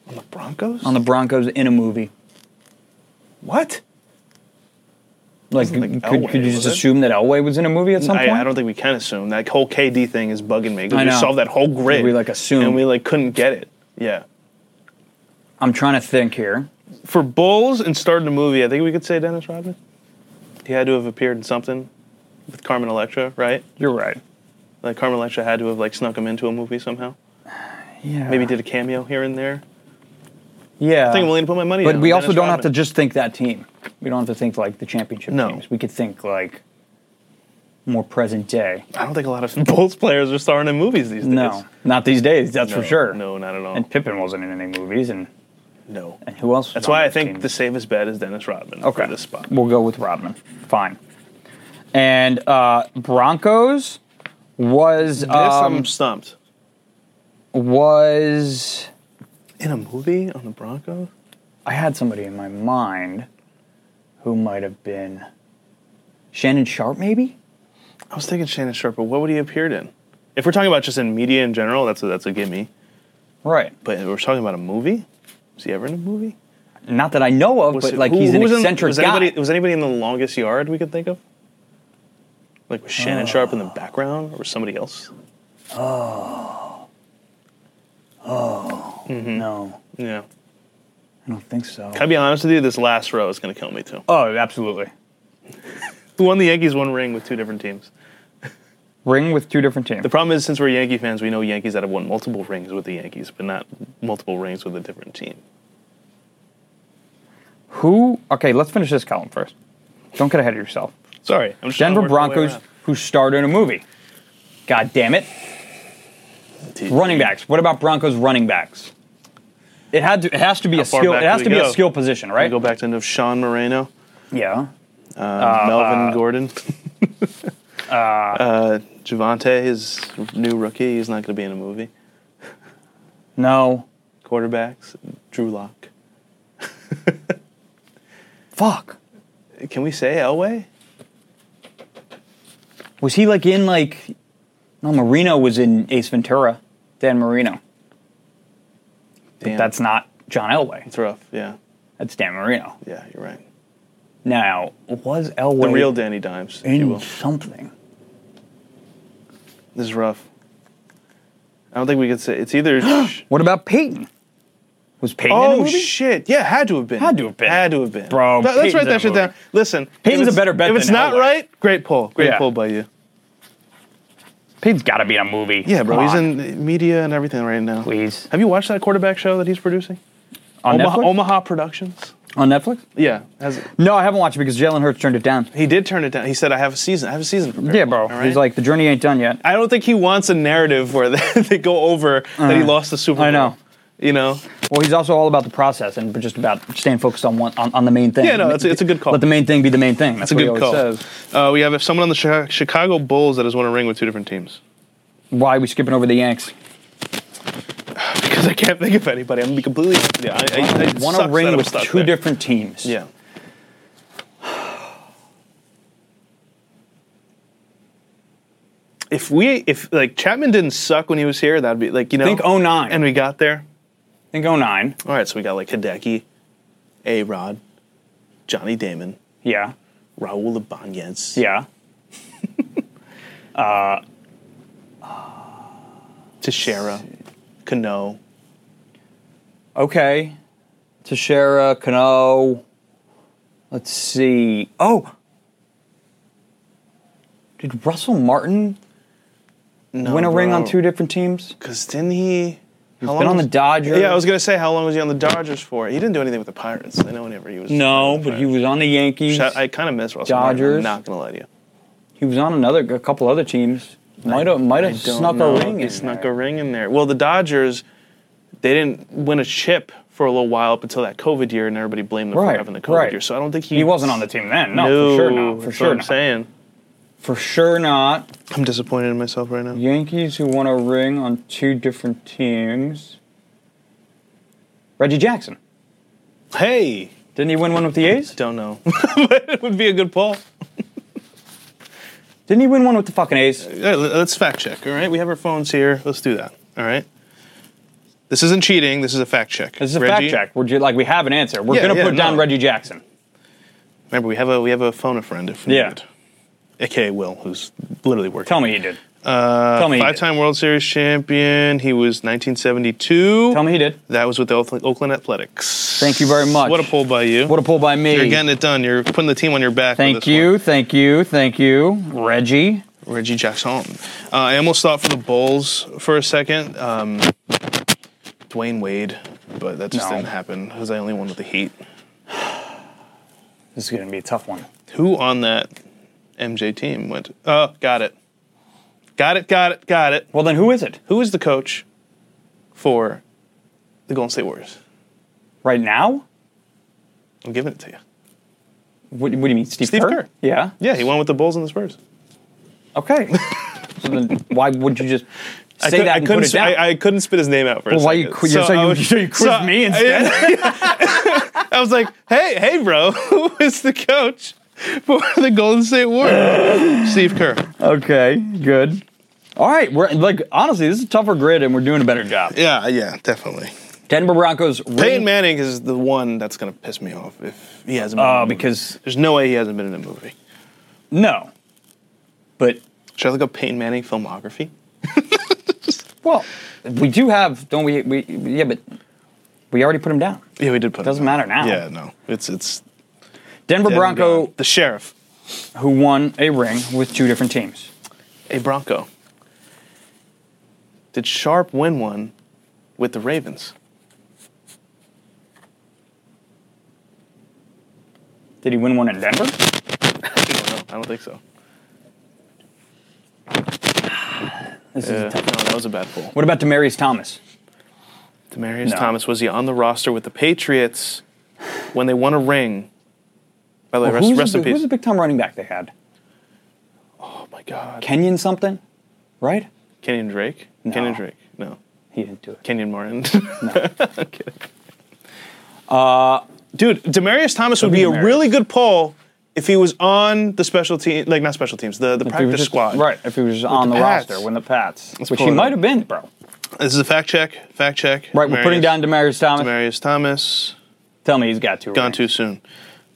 D: On the Broncos?
C: on the Broncos in a movie?
D: what?
C: Like,
D: Wasn't, like,
C: could,
D: Elway,
C: could you
D: was
C: just
D: it?
C: assume that Elway was in a movie at some
D: I,
C: point?
D: I don't think we can assume that whole KD thing is bugging me. 'cause
C: I
D: We
C: know.
D: solved that whole grid.
C: We, like, assumed.
D: and we like couldn't get it. Yeah.
C: I'm trying to think here.
D: For Bulls and starting a movie, I think we could say Dennis Rodman. He had to have appeared in something with Carmen Electra, right?
C: You're right.
D: Like Carmen Electra had to have like snuck him into a movie somehow.
C: Yeah.
D: Maybe did a cameo here and there.
C: Yeah.
D: I think I'm willing to put my money.
C: Uh, But
D: down
C: we
D: on
C: also
D: Dennis
C: don't have to
D: Rodman.
C: just think that team. We don't have to think like the championship
D: No.
C: teams. We could think like more present day.
D: I don't think a lot of Bulls players are starring in movies these days.
C: No, not these days. That's
D: No,
C: for sure.
D: No, not at all.
C: And Pippen wasn't in any movies, and,
D: no.
C: and who else? was
D: That's
C: on
D: why I
C: those
D: think
C: teams?
D: the safest bet is Dennis Rodman
C: okay. Um,
D: for this spot.
C: We'll go with Rodman. Fine. And uh, Broncos was
D: Yes,
C: um,
D: I'm stumped.
C: was
D: In a movie on the Broncos?
C: I had somebody in my mind who might have been Shannon Sharp, maybe.
D: I was thinking Shannon Sharp, but what would he appeared in? If we're talking about just in media in general, that's a, that's a gimme.
C: Right.
D: But if we're talking about a movie. Was he ever in a movie?
C: Not that I know of,
D: Was
C: but
D: it-
C: like
D: who-
C: he's
D: who
C: an
D: was in-
C: eccentric
D: was
C: guy.
D: Anybody, was anybody in the longest yard we could think of? Like was Shannon
C: Uh,
D: Sharp in the background, or was somebody else?
C: No,
D: Yeah.
C: I don't think so.
D: Can I be honest with you? This last row is going to kill me too.
C: Oh, absolutely.
D: Who won the Yankees one ring with two different teams?
C: Ring with two different teams.
D: The problem is, since we're Yankee fans, we know Yankees that have won multiple rings with the Yankees, but not multiple rings with a different team.
C: Who? Okay, let's finish this column first. Don't get ahead of yourself.
D: Sorry, I'm just trying
C: Denver
D: to work my way
C: Broncos
D: around.
C: who starred in a movie. God damn it. Running backs. What about Broncos running backs? It had to, it has to be a
D: far
C: skill
D: back
C: it has
D: do
C: to
D: we
C: be a
D: go?
C: skill position,
D: I
C: right?
D: go back to Sean Moreno,
C: Yeah.
D: Melvin Gordon, uh, Javante, his new rookie. He's not going to be in a movie.
C: No.
D: Quarterbacks, Drew Lock.
C: Fuck.
D: Can we say Elway?
C: Was he like in like No, Marino was in Ace Ventura. Dan Marino.
D: Damn,
C: That's not John Elway.
D: it's rough. Yeah,
C: That's Dan Marino.
D: yeah, you're right.
C: Now, was Elway
D: The real Danny Dimes. if you
C: in
D: will.
C: something?
D: This is rough. I don't think we could say it's either.
C: What about Peyton? Was Peyton in a
D: oh
C: movie?
D: shit! Yeah, had to have been.
C: Had to have been.
D: Had to have been.
C: Bro,
D: Th- let's
C: Peyton's
D: write
C: in a
D: that shit
C: movie.
D: down. Listen, if
C: Peyton's a
D: it's-
C: better bet
D: If it's
C: than
D: not
C: Elway.
D: right, great pull. Great
C: Yeah.
D: pull by you.
C: Peyton's got to be in a movie.
D: Yeah, bro.
C: Come
D: he's
C: on.
D: in media and everything right now.
C: Please.
D: Have you watched that quarterback show that he's producing?
C: on
D: Omaha,
C: Netflix.
D: Omaha Productions.
C: On Netflix?
D: Yeah, has,
C: No, I haven't watched it because Jalen Hurts turned it down.
D: he did turn it down. He said, "I have a season. I have a season prepared."
C: Yeah, bro.
D: All right?
C: He's like, the journey ain't done yet.
D: I don't think he wants a narrative where they, they go over that he lost the Super Bowl.
C: I know.
D: You Uh-huh. know,
C: Well, he's also all about the process and just about staying focused on one on, on the main thing.
D: Yeah, no, it's a- it's a good call.
C: Let the main thing be the main thing. That's
D: it's a
C: what he
D: good call.
C: always Says.
D: Uh, we have someone on the Chi- Chicago Bulls that has won a ring with two different teams.
C: Why are we skipping over the Yanks?
D: because I can't think of anybody. I'm gonna be completely. Yeah, I, I, I it
C: Won
D: sucks
C: a
D: that
C: ring
D: I'm
C: with
D: stuck
C: two
D: there.
C: different teams.
D: Yeah. If we, if like Chapman didn't suck when he was here, that'd be like you know.
C: Think 09.
D: And we got there.
C: I think 09.
D: All right, so we got like Hideki, A Rod, Johnny Damon,
C: Yeah.
D: Raul Ibanez,
C: Yeah.
D: Teixeira, Cano,
C: Okay. Teixeira, Cano. Let's see. Oh! Did Russell Martin
D: no,
C: win a ring on
D: bro.
C: two different teams?
D: Cause didn't he? He's
C: been on the Dodgers.
D: Yeah, I was gonna say how long was he on the Dodgers for? He didn't do anything with the Pirates. I know whenever he was.
C: No, but he was on the Yankees.
D: I, kind of miss Russell. Martin,
C: Dodgers.
D: I'm not gonna lie to you.
C: He was on another, a couple other teams. Might have, might
D: I
C: have
D: don't
C: snuck
D: know
C: a
D: if
C: ring
D: He
C: in.
D: snuck
C: there.
D: a ring in there. Well, the Dodgers, they didn't win a chip for a little while up until that COVID year, and everybody blamed them
C: Right,
D: for having the COVID
C: right.
D: year. So I don't think he
C: He wasn't on the team then. No, for sure not. For
D: that's
C: sure
D: what I'm
C: not.
D: saying.
C: For sure not.
D: I'm disappointed in myself right now.
C: Yankees who won a ring on two different teams. Reggie Jackson.
D: Hey,
C: Didn't he win one with the A's?
D: don't know, but it would be a good poll.
C: Didn't he win one with the fucking A's?
D: Yeah, l- let's fact check. All right, we have our phones here. Let's do that. All right. This isn't cheating. This is a fact check.
C: This is a fact
D: Reggie,
C: check. We're ju- like we have an answer. We're
D: Yeah,
C: gonna
D: yeah,
C: put down
D: no.
C: Reggie Jackson.
D: Remember, we have a we have a phone a friend if
C: Yeah.
D: needed. AKA Will, who's literally working.
C: Tell me he did. Uh, Tell me. he did.
D: Five-time World Series champion. He was 1972.
C: Tell me he did.
D: That was with the Oakland Oakland Athletics.
C: Thank you very much.
D: What a pull by you.
C: What a pull by me.
D: You're getting it done. You're putting the team on your back. with
C: thank
D: this
C: you, thank you, thank you, Reggie.
D: one. Reggie Jackson. Uh, I almost thought for the Bulls for a second. Um, Dwayne Wade, but that just
C: No.
D: didn't happen because I only won with the Heat.
C: This is gonna be a tough one.
D: Who on that MJ team went? Oh, got it. Got it, got it, got it.
C: Well then, who is it
D: Who is the coach for the Golden State Warriors?
C: right now?
D: I'm giving it to you.
C: What, what do you mean, Steve,
D: Steve Kerr.
C: Yeah.
D: Yeah, he won with the Bulls and the Spurs.
C: Okay. so then, why would you just say
D: I could-
C: that
D: I
C: and
D: couldn't.
C: put it down?
D: I, I couldn't spit his name out for a
C: Well, why you
D: second.
C: qu- so
D: I
C: you-
D: was-
C: so you quizzed me instead?
D: I, I was like, "Hey, hey, bro, who is the coach for the Golden State Warriors?" Steve Kerr.
C: Okay, good. All right, we're like honestly, this is a tougher grid, and we're doing a better job.
D: Yeah, yeah, definitely.
C: Denver Broncos.
D: Peyton
C: ring-
D: Manning is the one that's gonna piss me off if he hasn't. Been in a
C: Uh,
D: movie.
C: because
D: there's no way he hasn't been in a movie.
C: no, but
D: Should I look up Peyton Manning filmography?
C: well, we do have, don't we? We yeah, but we already put him down.
D: Yeah, we did put.
C: Doesn't
D: him
C: matter
D: down.
C: now.
D: Yeah, no, it's it's
C: Denver
D: dead and
C: Bronco,
D: gone. the sheriff,
C: who won a ring with two different teams.
D: a Bronco. Did Sharp win one with the Ravens?
C: Did he win one in Denver?
D: No, I don't think so.
C: This is
D: Uh, no,
C: a tough.
D: that was a bad pull.
C: What about Demarius Thomas?
D: Demarius
C: No.
D: Thomas was he on the roster with the Patriots when they won a ring? By the way,
C: who's
D: rest, rest
C: the,
D: in peace.
C: Who's the big time running back they had?
D: oh my God,
C: Kenyon something, right?
D: Kenyon Drake.
C: No.
D: Kenyon Drake. No,
C: He didn't do it.
D: Kenyon Martin. no, I'm kidding. Uh, dude, Demarius Thomas would be a
C: Demarius.
D: really good pull if he was on the special team, like not special teams, the
C: If he
D: the
C: was
D: practice
C: just-
D: squad.
C: Right, if he was just on
D: the
C: the
D: Pats.
C: roster when the Pats,
D: Let's
C: which
D: pull
C: he
D: it up.
C: might have been, bro.
D: This is a fact check. Fact check.
C: Right, we're putting
D: Demarius-
C: down Demarius Thomas.
D: Demarius Thomas.
C: Tell me he's got two.
D: Gone
C: rings.
D: too soon.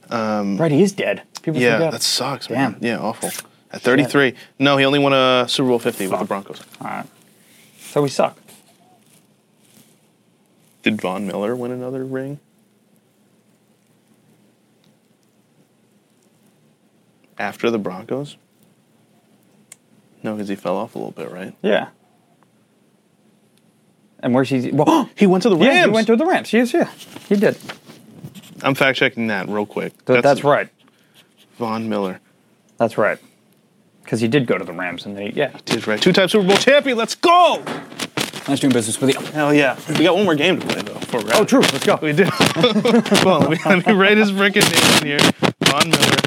C: Right, he is dead. People
D: Yeah,
C: forget.
D: that sucks,
C: Damn.
D: man. Yeah, awful. At 33. No, he only won a Super Bowl 50 with the Broncos.
C: All right. So we suck.
D: Did Von Miller win another ring? After the Broncos? No, because he fell off a little bit, right?
C: Yeah. And where's he? Well,
D: He went to the Rams.
C: yeah, he went to the Rams. Yes, yeah, he did. Th-
D: I'm fact checking that real quick.
C: That's, right.
D: Von Miller.
C: That's right. Because he did go to the Rams, and they yeah.
D: He's right. Two time Super Bowl champion. Let's go!
C: Nice doing business with you.
D: Hell yeah. We got one more game to play, though. before we're out.
C: Oh, true. Let's go.
D: We do. well, let me, let me write his freaking name in here. Von Miller.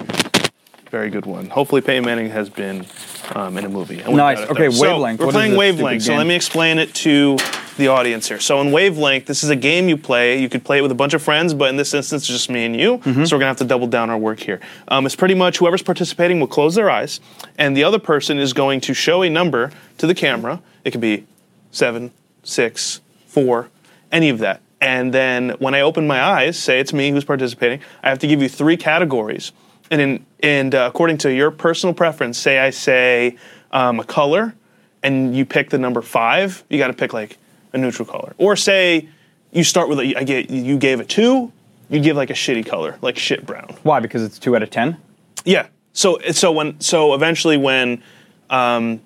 D: Very good one. Hopefully, Peyton Manning has been um, in a movie. I wouldn't
C: Nice.
D: doubt it,
C: Okay,
D: though.
C: Wavelength.
D: So, we're
C: What is
D: playing
C: this stupid
D: Wavelength. So
C: game?
D: let me explain it to the audience here. So in Wavelength, this is a game you play. You could play it with a bunch of friends, but in this instance, it's just me and you. So we're gonna have to double down our work here. Um, it's pretty much whoever's participating will close their eyes, and the other person is going to show a number to the camera. It could be seven, six, four, any of that. And then when I open my eyes, say it's me who's participating, I have to give you three categories. And, in, and uh, according to your personal preference, say I say um, a color and you pick the number five, you got to pick like a neutral color. Or say you start with, a, I get, you gave a two, you give like a shitty color, like shit brown.
C: Why? Because it's two out of ten.
D: Yeah. So so when so eventually when um,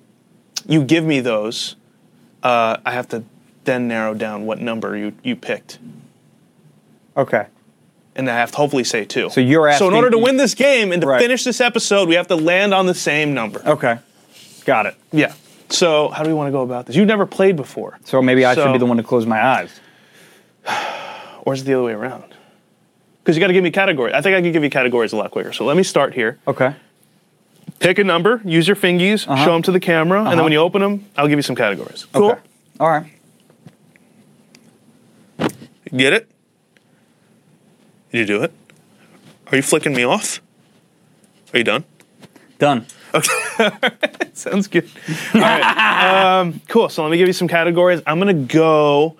D: you give me those, uh, I have to then narrow down what number you, you picked,
C: Okay.
D: and I have to hopefully say two.
C: So you're
D: so in
C: asking-
D: order to win this game and to
C: Right.
D: finish this episode, we have to land on the same number.
C: Okay. Got it.
D: Yeah. So how do we want to go about this? You've never played before,
C: So maybe I should
D: So-
C: be the one to close my eyes.
D: or is it the other way around? Because you got to give me categories. I think I can give you categories a lot quicker. So let me start here.
C: Okay.
D: Pick a number, use your fingies, show 'em show them to the camera, and then when you open them, I'll give you some categories. Cool.
C: Okay. All right.
D: Get it? Did you do it? Are you flicking me off? Are you done?
C: Done.
D: Sounds good. All right. Um, cool. So let me give you some categories. I'm going to go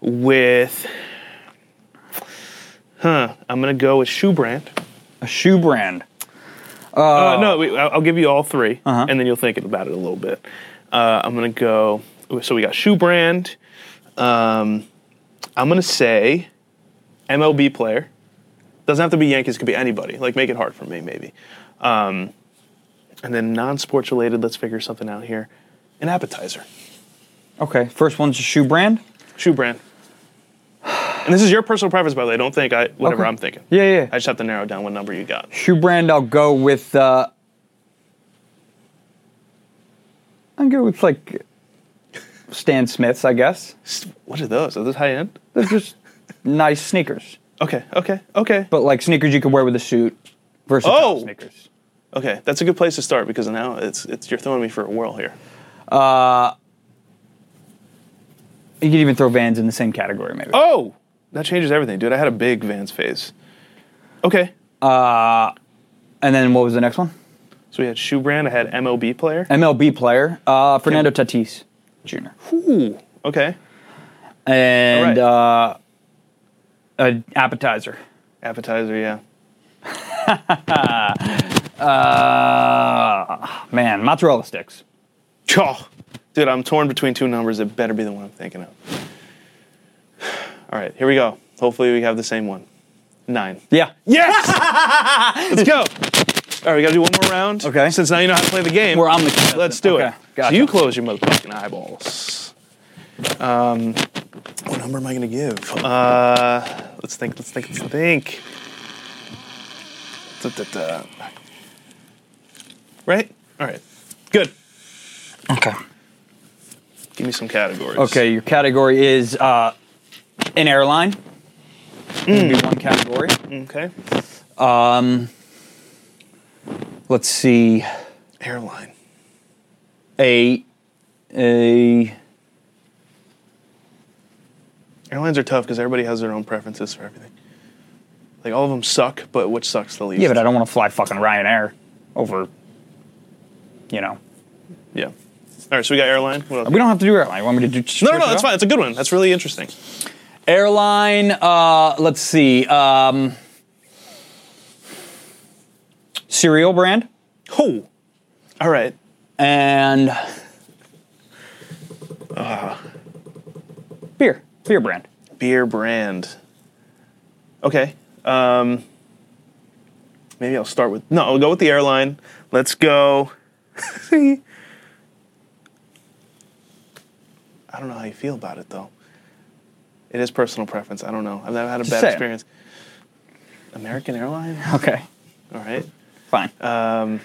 D: with. Huh. I'm going to go with shoe brand.
C: A shoe brand.
D: Uh,
C: Oh.
D: no, wait, I'll I'll give you all 3
C: Uh-huh.
D: and then you'll think about it a little bit. Uh, I'm going to go. So we got shoe brand. Um, I'm going to say MLB player. Doesn't have to be Yankees, could be anybody. Like, make it hard for me, maybe. Um, and then non sports related, let's figure something out here. An appetizer,
C: Okay. First one's a shoe brand.
D: shoe brand. And this is your personal preference, by the way. Don't think I whatever
C: Okay.
D: I'm thinking.
C: Yeah, yeah, yeah.
D: I just have to narrow down what number you got.
C: Shoe brand. I'll go with. Uh, I'll go with like Stan Smiths, I guess.
D: What are those? Are those high end?
C: They're just nice sneakers,
D: Okay, okay, okay.
C: but like sneakers you could wear with a suit. Versus
D: Oh!
C: sneakers.
D: Okay, that's a good place to start because now it's, it's you're throwing me for a whirl here.
C: You could even throw Vans in the same category, maybe.
D: Oh, that changes everything, dude. I had a big Vans phase. Okay,
C: And then what was the next one?
D: so we had shoe brand. I had MLB player.
C: MLB player, uh, Fernando Tatis Jr.
D: Ooh, okay.
C: And
D: All
C: uh, an appetizer.
D: Appetizer, yeah.
C: Uh, man, mozzarella sticks.
D: Oh, dude, I'm torn between two numbers. It better be the one I'm thinking of. All right, here we go. Hopefully, we have the same one. Nine.
C: Yeah.
D: Yes. Let's go. All right, we gotta do one more round.
C: Okay.
D: Since now you know how to play the game.
C: Where I'm the contestant.
D: Let's do
C: Okay,
D: it.
C: gotcha.
D: So you close your motherfucking eyeballs. Um, what number am I gonna give? Uh, let's think. Let's think. Let's think. Da, da, da. Right. All right. Good.
C: Okay.
D: Give me some categories.
C: Okay, your category is uh, an airline. That'd
D: Mm.
C: be one category.
D: Okay.
C: Let's see.
D: Airline.
C: A. A.
D: Airlines are tough because everybody has their own preferences for everything. Like all of them suck, but which sucks the least?
C: Yeah, but I don't want to fly fucking Ryanair over, you know.
D: Yeah. All right, so we got airline. What else?
C: We don't have to do airline. You want me to do?
D: no, no, no, that's fine. That's a good one. That's really interesting.
C: Airline. Uh, let's see. Um, cereal brand
D: Oh. All right.
C: and uh, beer. Beer brand.
D: Beer brand. Okay. Um, maybe I'll start with no. I'll go with the airline. Let's go. I don't know how you feel about it though. It is personal preference. I don't know. I've never had a bad
C: say it.
D: experience. American Airlines.
C: Okay.
D: All right.
C: Fine.
D: Uh,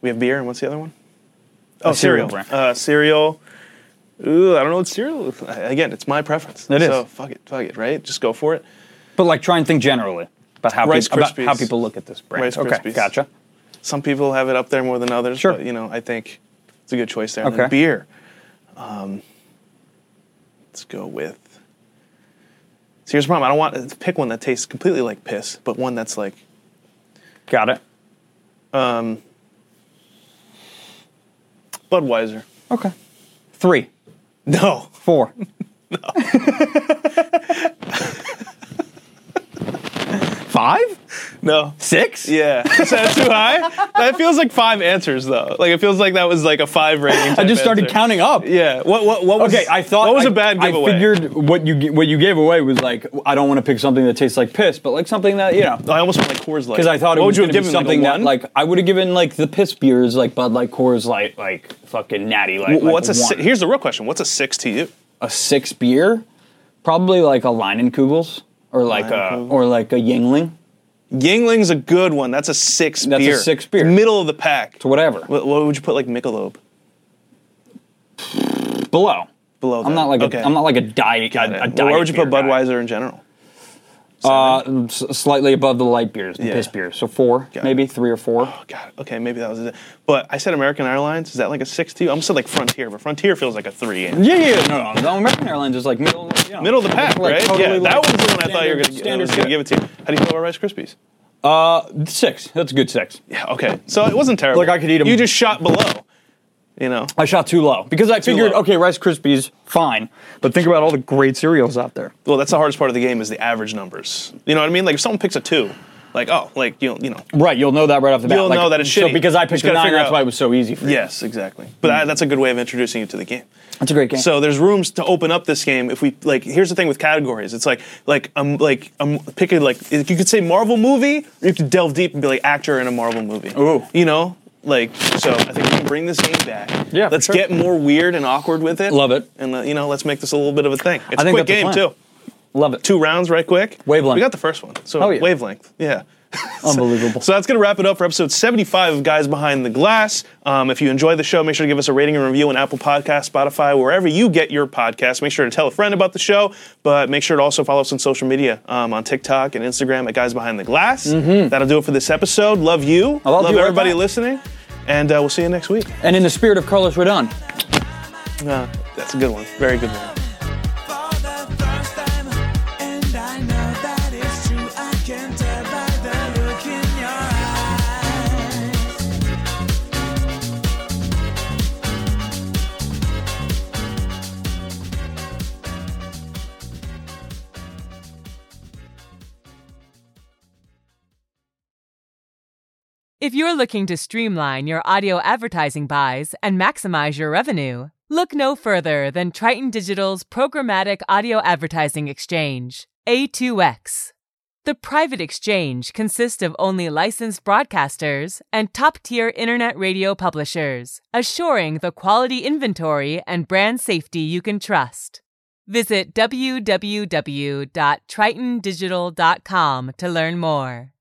D: We have beer, and what's the other one? Oh,
C: cereal
D: cereal.
C: brand.
D: Uh, cereal. Ooh, I don't know what cereal. is. I- Again, it's my preference.
C: It is.
D: So fuck it, fuck it, right? Just go for it.
C: but like, try and think generally about how
D: Rice
C: peop- about
D: Krispies.
C: how people look at this brand.
D: Rice
C: okay.
D: Krispies.
C: Gotcha.
D: Some people have it up there more than others,
C: Sure.
D: but you know, I think it's a good choice there. And
C: Okay.
D: then beer. Um, let's go with. So here's the problem. I don't want to pick one that tastes completely like piss, but one that's like
C: Got it.
D: Budweiser.
C: Okay. Three.
D: No.
C: Four. five,
D: No.
C: six.
D: Yeah. Is that too high? That feels like five answers though. Like it feels like that was like a five rating.
C: I just started
D: answer.
C: counting up.
D: Yeah. What what what was
C: Okay, I thought
D: What was
C: a
D: a bad giveaway?
C: I figured what you g- what you gave away was like I don't want to pick something that tastes like piss, but like something that you know
D: I almost went like Coors Light.
C: because I thought it
D: What
C: was
D: would
C: going to be
D: you have
C: something
D: given me, like a
C: that
D: one?
C: like I would have given like the piss beers like Bud Light, Coors Light, like fucking Natty Light.
D: W-
C: like,
D: what's a
C: one.
D: si- here's the real question. What's a six to you?
C: a six beer, probably like a Leinenkugels or like a
D: Leinenkugel.
C: or like a Yingling
D: Yingling's a good one. That's a six
C: That's a
D: beer.
C: six beer.
D: Middle of the pack.
C: to whatever
D: What, what would you put like Michelob
C: below.
D: below that?
C: I'm not like
D: okay.
C: a, I'm not like a diet.
D: Got it.
C: A, a
D: Well,
C: diet
D: Where would you put
C: beer guy.
D: Budweiser in general?
C: Uh, s- slightly above the light beers, the
D: Yeah.
C: piss beers. So four,
D: Got it.
C: maybe three or four.
D: Oh, God. Okay, maybe that was it. But I said American Airlines. Is that like a six to you? I'm still like Frontier, but Frontier feels like a three. And
C: Yeah, yeah, yeah. No, no. no American Airlines is like middle, you know,
D: middle of the pack,
C: like,
D: right?
C: totally
D: yeah,
C: like
D: that was the one I thought you were
C: standard-
D: going
C: standard
D: to give it to. you. How do you feel about Rice Krispies?
C: six. That's a good six.
D: Yeah, okay. So it wasn't terrible.
C: Like, I could eat 'em.
D: You just shot below. You know,
C: I shot too low because I figured,
D: low.
C: okay, Rice Krispies, fine, but think about all the great cereals out there.
D: well, that's the hardest part of the game is the average numbers. You know what I mean? Like if someone picks a two, like oh, like you you know.
C: Right, you'll know that right off the bat.
D: You'll know that it's
C: so
D: shitty.
C: because I
D: You just
C: picked a
D: gotta
C: nine,
D: figure
C: that's
D: out-
C: why it was so easy. For
D: Yes, exactly. But I, that's a good way of introducing you to the game.
C: That's a great game.
D: So there's rooms to open up this game if we like. Here's the thing with categories. It's like like I'm like I'm picking like if you could say Marvel movie, you could delve deep and be like actor in a Marvel movie.
C: Ooh.
D: You know, like so. I think we can bring this game back.
C: Yeah, for
D: Let's
C: sure.
D: get more weird and awkward with it.
C: Love it.
D: And uh, you know, let's make this a little bit of a thing. It's
C: I think
D: a quick
C: that's the
D: game
C: plan.
D: too.
C: Love it.
D: Two rounds, right? Quick.
C: Wavelength.
D: We got the first one. So
C: Oh, yeah.
D: wavelength. Yeah.
C: Unbelievable.
D: So that's going to wrap it up for episode 75 of Guys Behind the Glass. Um, if you enjoy the show, make sure to give us a rating and review on Apple Podcasts, Spotify, wherever you get your podcasts. Make sure to tell a friend about the show, but make sure to also follow us on social media um, on TikTok and Instagram at Guys Behind the Glass. That'll do it for this episode. Love you.
C: Mm-hmm. I love you right
D: everybody
C: back.
D: listening. And uh, we'll see you next week.
C: and in the spirit of Carlos Rodon,
D: Uh, that's a good one. Very good one.
E: for the first time, and I know that it's true. I can tell by the look in your eyes.
A: If you're looking to streamline your audio advertising buys and maximize your revenue, look no further than Triton Digital's Programmatic Audio Advertising Exchange, A2X. The private exchange consists of only licensed broadcasters and top tier internet radio publishers, assuring the quality inventory and brand safety you can trust. Visit www.tritondigital.com to learn more.